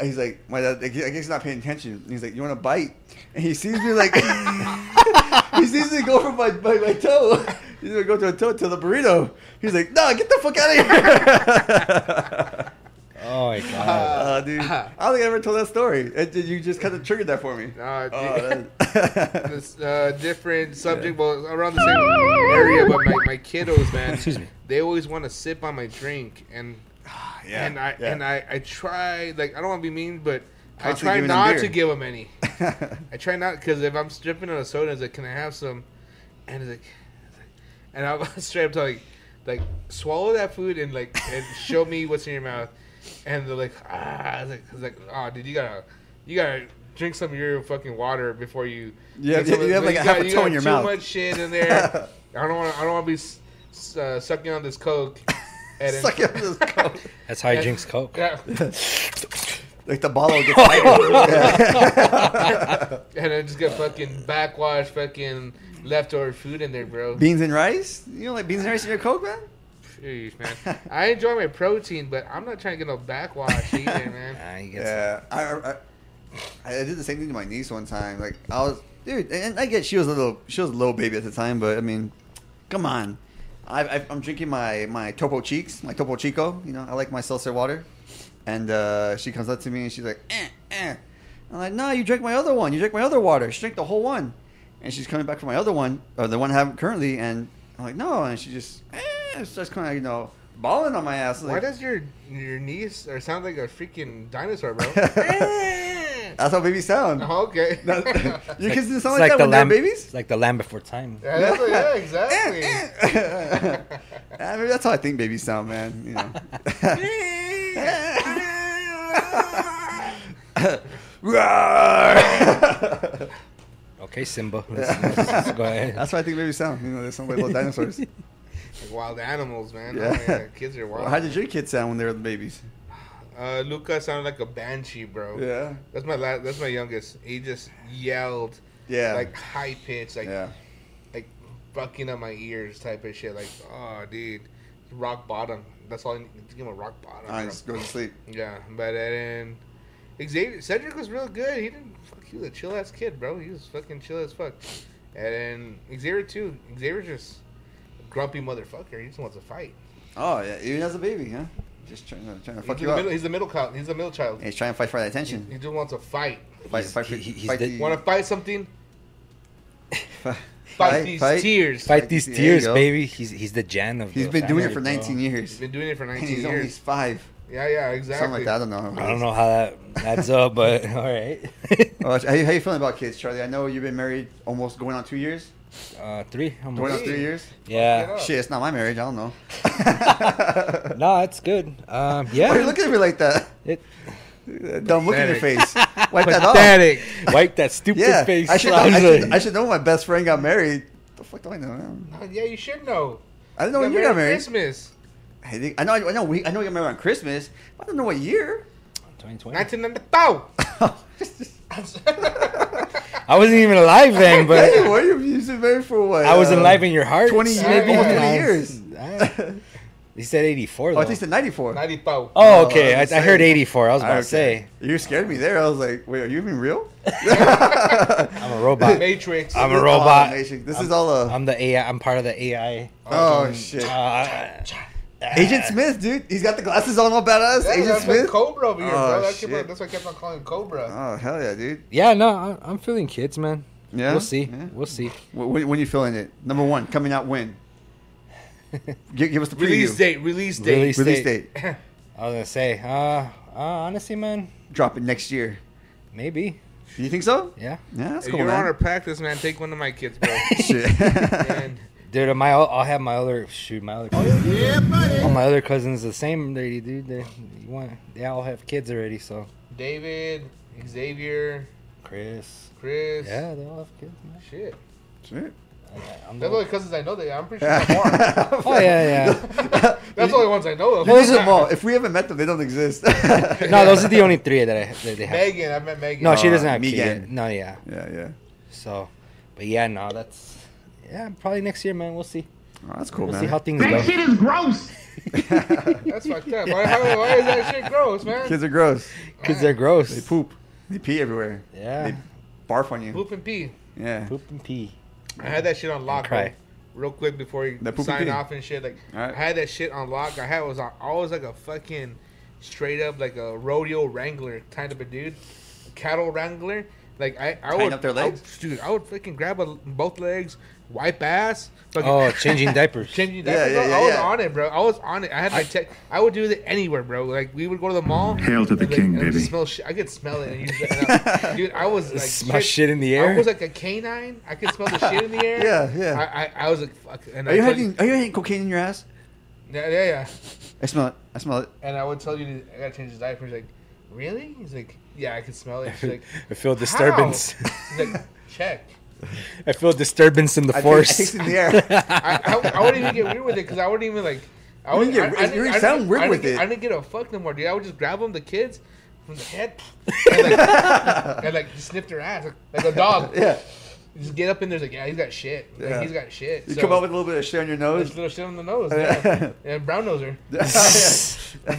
he's like, my dad. I guess he's not paying attention. He's like, you want to bite? And he sees me like, he sees me go from my my, my toe. He's gonna go to a toe to the burrito. He's like, no, get the fuck out of here.
Oh my god.
Uh, dude, I don't think I ever told that story. It, you just kind of triggered that for me.
Nah, dude.
Oh, that-
this uh, different subject, well, around the same area, but my, my kiddos, man,
Excuse me.
they always want to sip on my drink, and
yeah,
and I
yeah.
and I, I try like I don't want to be mean, but
Constantly
I try
giving them
not
beer.
to give them any. I try not because if I'm stripping on a soda, it's like, can I have some? And it's like, it's like- and I'm straight up to like, like swallow that food and like and show me what's in your mouth. And they're like, ah, it's like, it's like, oh, dude, you gotta, you gotta drink some of your fucking water before you.
Yeah,
drink
you-
some of-
you have, like, a
got-
half a
you
toe
got
in your
too
mouth.
much shit in there. I don't want, I don't want to be s- s- uh, sucking on this coke. And then-
Suck up this coke.
That's how he drinks coke.
yeah.
Like the bottle gets tighter. Yeah.
And I just got fucking backwash, fucking leftover food in there, bro.
beans and rice? You don't like beans and rice in your Coke, man?
Jeez, man. I enjoy my protein, but I'm not trying to get no backwash either, man.
Nah, he gets-
Yeah. I, I, I I did the same thing to my niece one time. Like, I was, dude, and I get she was a little, she was a little baby at the time, but I mean, come on. I, I, I'm drinking my, my Topo Cheeks, my Topo Chico. You know, I like my seltzer water. And uh, she comes up to me and she's like, eh, eh. I'm like, no, you drank my other one. You drank my other water. She drank the whole one. And she's coming back for my other one, or the one I have currently. And I'm like, no. And she just, eh, starts kind of, you know, bawling on my ass.
Why
Like,
does your your niece or sound like a freaking dinosaur, bro? Eh.
That's how babies sound.
Oh, okay.
No,
yeah,
your kids didn't
It's
sound like, that when
lamb,
they were babies.
It's like the lamb before time.
that's what- yeah,
Eh,
exactly.
eh. I mean, that's how I think babies sound, man. You know. Roar!
Okay, Simba. Let's, let's- let's go ahead.
that's how I think babies sound. You know, they sound like little dinosaurs.
Like wild animals, man.
Yeah.
Oh, yeah. Kids are wild.
Well, how did your kids sound when they were the babies?
uh, Luca sounded like a banshee, bro.
Yeah.
That's my la- that's my youngest. He just yelled
Yeah.
like high pitched, like
yeah.
like fucking up my ears type of shit. Like, oh, dude, rock bottom. That's all I need to give him a rock bottom.
I just go to sleep.
yeah, but then Xavier Cedric was real good. He didn't. Fuck, he was a chill ass kid, bro. He was fucking chill as fuck. And then Xavier too. Xavier's just a grumpy motherfucker. He just wants to fight.
Oh yeah, even as a baby, huh? Just trying to trying to fuck
he's,
you
the
up.
middle, he's the middle child. He's the middle child.
And he's trying to fight for that
He,
attention.
he just wants to fight.
Fight,
He's-
fight for
he- he's
fight
the-
Want to fight something?
fight,
Fight, these tears.
Fight these
There you
tears,
go.
baby. He's he's the Jan of.
He's
the
been doing it
family,
for
bro.
19 years.
He's been doing it for
And
19
he's only
years.
five.
Yeah, yeah, exactly.
Something like that. I don't know.
I don't know how that adds up, but all right.
Well, Oh, how, you- how you feeling about kids, Charlie? I know you've been married almost going on two years.
Uh, three. almost.
Going on three years.
Yeah.
Fuck.
Shit, it's not my marriage. I don't know.
No, it's good. Um, yeah.
Why are you looking at me like that?
It-
Dumb look in your face. Wipe that off.
Pathetic.
wipe that stupid
yeah,
face.
I should,
I
I,
was
should,
like-
I should know my best friend got married. The fuck do I know?
Yeah, you should know.
I didn't know when Oh, you got married.
Christmas,
I, think, I know. I know. We, I know you got married on Christmas. But I don't know what year.
2020.
1994.
I wasn't even alive then,
hey,
but
what you you've been married for? What?
I was
uh,
alive in your heart.
20 years,
maybe
Yeah.
almost
20 years.
Yeah. He said 84.
Oh,
Though.
I think it's the '94.
94.
oh,
Oh,
okay.
I
I,
was
I heard
saying.
84. I was about
Ah, Okay.
to say
You scared me there. I was like, wait, are you even real?
I'm a robot.
Matrix.
I'm a
This is all
robot.
animation. Oh, This is all a.
I'm the AI. I'm part of the AI.
oh shit.
Uh,
Agent Smith, dude. He's got the glasses on, all badass.
Yeah,
Agent
that's like
Smith.
Cobra over here,
Oh,
bro. That kept on-
shit.
that's why I kept on calling him Cobra.
Oh hell yeah, dude.
yeah, no, I, I'm feeling kids, man.
Yeah.
We'll see.
Yeah.
We'll see.
Wh- When, when you feeling it? Number one, coming out when? give, give us the preview.
release date. Release date.
Release-
Release
date.
date.
I was gonna say, uh, uh honestly, man,
Drop it next year.
maybe.
You think so?
Yeah,
Yeah, that's
If
cool,
you're on
man.
our practice, man, take one of my kids, bro.
Shit.
man.
dude. My I'll have my other shoot my other cousins. all my other cousins the same lady, dude. They you want they all have kids already, so
David, Xavier,
Chris.
Chris.
Yeah, they all have kids. Man.
Shit.
Shit.
I- I'm
That's
the-
the only cousins I know. That I'm pretty sure there are.
oh yeah, yeah.
That's the only ones I know of.
Those are all. If we haven't met them, they don't exist. yeah,
No, those are the only three that I that they have.
Megan, I met Megan.
No, she
Uh,
doesn't have
Megan.
kids. No, yeah.
yeah.
So, but yeah, no, that's yeah. Probably next year, man. We'll see.
Oh, that's cool,
We'll
man.
see how things
That
go.
shit is gross.
That's fucked up. Why, how, why is that shit gross, man?
Kids are gross.
Kids are gross.
They poop. They pee everywhere.
Yeah.
They barf on you.
Poop and pee.
Yeah.
Poop and pee.
I had that shit on lock.
cry.
bro. Real quick before you
That poopy
sign
pee.
off and shit, like
Alright.
I had that shit on lock. I had was on, I was like a fucking straight up like a rodeo wrangler kind of a dude, cattle wrangler. Like I, I
Tying
would,
up their
I would-
legs?
dude. I would fucking grab a, both legs, wipe ass, fucking
Oh, changing diapers.
Changing
Yeah,
diapers,
yeah,
bro.
yeah,
I was
yeah.
on it, bro. I was on it. I had my tech. I would do it anywhere, bro. Like we would go to the mall.
Hail to the
and, like,
king,
and I could
baby.
Smell shit. I could smell it. And you, and I, dude, I was like
Smell shit in the air?
I was like a canine. I could smell the shit in the air.
Yeah, yeah.
I, I, I was like, fuck. And
Are you
I told
having? Are you having cocaine in your ass?
Yeah, yeah, yeah.
I smell it. I smell it.
And I would tell you, to, I gotta change his diapers. Like, really? He's like, yeah, I can smell it. She's like,
I feel
"How?"
disturbance.
He's like, check.
I feel disturbance in the
I
force.
Taste, I taste it in the air.
I, I, I wouldn't even get weird with it because I wouldn't even like. I
You
wouldn't
didn't get-
I, I
you
didn't-
didn't
I
sound
didn't-
weird
I
with
didn't-
it.
I didn't get a fuck no more, dude. I would just grab them, the kids, from the head, and like, and, like sniff their ass like, like a dog.
yeah.
Just get up in there, like yeah, he's got shit. Like,
Yeah.
he's got shit.
You
So,
come out with a little bit of shit on your
this
nose.
little shit on the nose, yeah. and brown noser.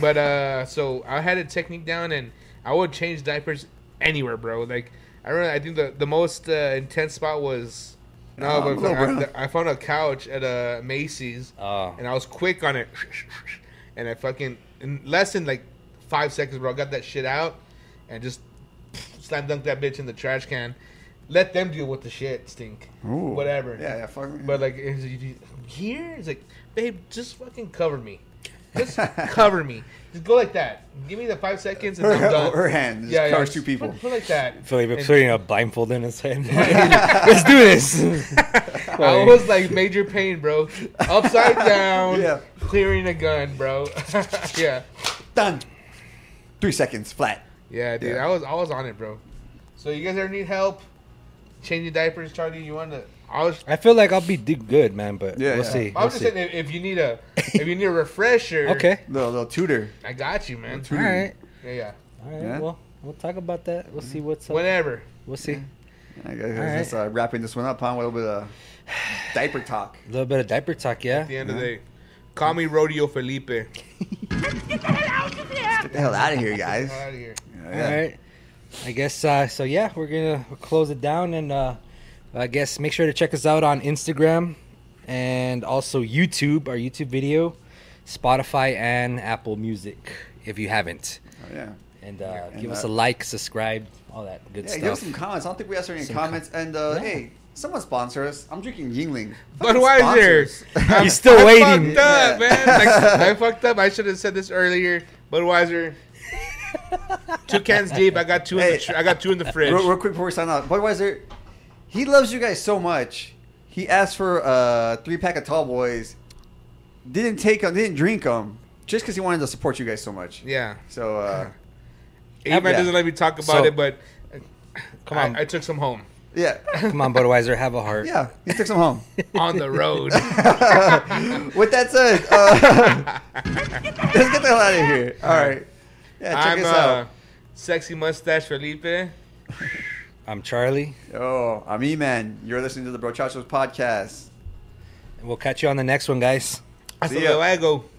But uh, so I had a technique down, and I would change diapers anywhere, bro. Like I remember, I think the the most uh, intense spot was no,
Oh,
but
little
I-
bro.
I, found a couch at a Macy's,
Oh.
and I was quick on it, and I fucking in less than like five seconds, bro. I got that shit out and just slam dunk that bitch in the trash can. Let them deal with the shit stink,
Ooh.
whatever.
Yeah, yeah. Fuck.
But like is it- here, it's like, babe, just fucking cover me. Just cover me. Just go like that. Give me the five seconds and
Her-
I'm done.
her hand just covers two
put-
people.
Put, like that.
Felipe
And
putting a blindfold in his head. Let's do this.
I was like major pain, bro. Upside down,
Yeah.
clearing a gun, bro. yeah,
Done. Three seconds flat.
yeah, dude.
Yeah.
I was I was on it, bro. So you guys ever need help changing diapers, Charlie? You want to? I was.
I feel like I'll be d- good, man. But
Yeah,
we'll
yeah.
see.
I
We'll
was just
see.
saying if if you need a if you need a refresher,
Okay.
Little little tutor.
I got you, man.
All right.
Yeah, yeah.
All right.
Yeah.
Well, we'll talk about that. We'll see what's up.
Whatever.
We'll see.
I guess that's uh, wrapping this one up, huh? With a little bit of diaper talk.
A little bit of diaper talk, yeah.
the end of the day. Call me Rodeo Felipe.
Get the hell out of here!
Get the hell out of here, guys.
Out of here.
Yeah,
All
yeah.
right. I guess uh, so. Yeah, we're gonna close it down, and uh, I guess make sure to check us out on Instagram and also YouTube, our YouTube video, Spotify, and Apple Music if you haven't.
Oh, yeah.
And, uh,
And,
give us
uh,
a like, subscribe, all that good
Yeah, give us
stuff.
some comments. I don't think we asked for any
Some
comments. and uh,
Yeah.
hey, someone sponsor us. I'm drinking Yingling. Fucking
Budweiser.
sponsors.
I'm-
He's still
I
waiting.
Fucked up, man. Like, I fucked up. I should have said this earlier. Budweiser. two cans deep. I got two. In
Hey.
the tr- I got two in the fridge.
real, real quick before we sign off, Budweiser, he loves you guys so much. He asked for a three pack of Tall Boys, didn't take them, didn't drink them, just because he wanted to support you guys so much.
Yeah.
So uh,
Amen
Yeah.
doesn't let me talk about
So-
it, but
Come
I-
on,
I, took some home
yeah,
come on, Budweiser, have a heart.
yeah, he took some home.
on the road.
With that said, uh, let's get the hell out of here. All right, yeah, check
I'm
us out.
uh, sexy mustache Felipe.
I'm Charlie.
Oh, I'm E-Man. You're listening to the Brochachos podcast.
We'll catch you on the next one, guys.
Hasta
ya.
luego.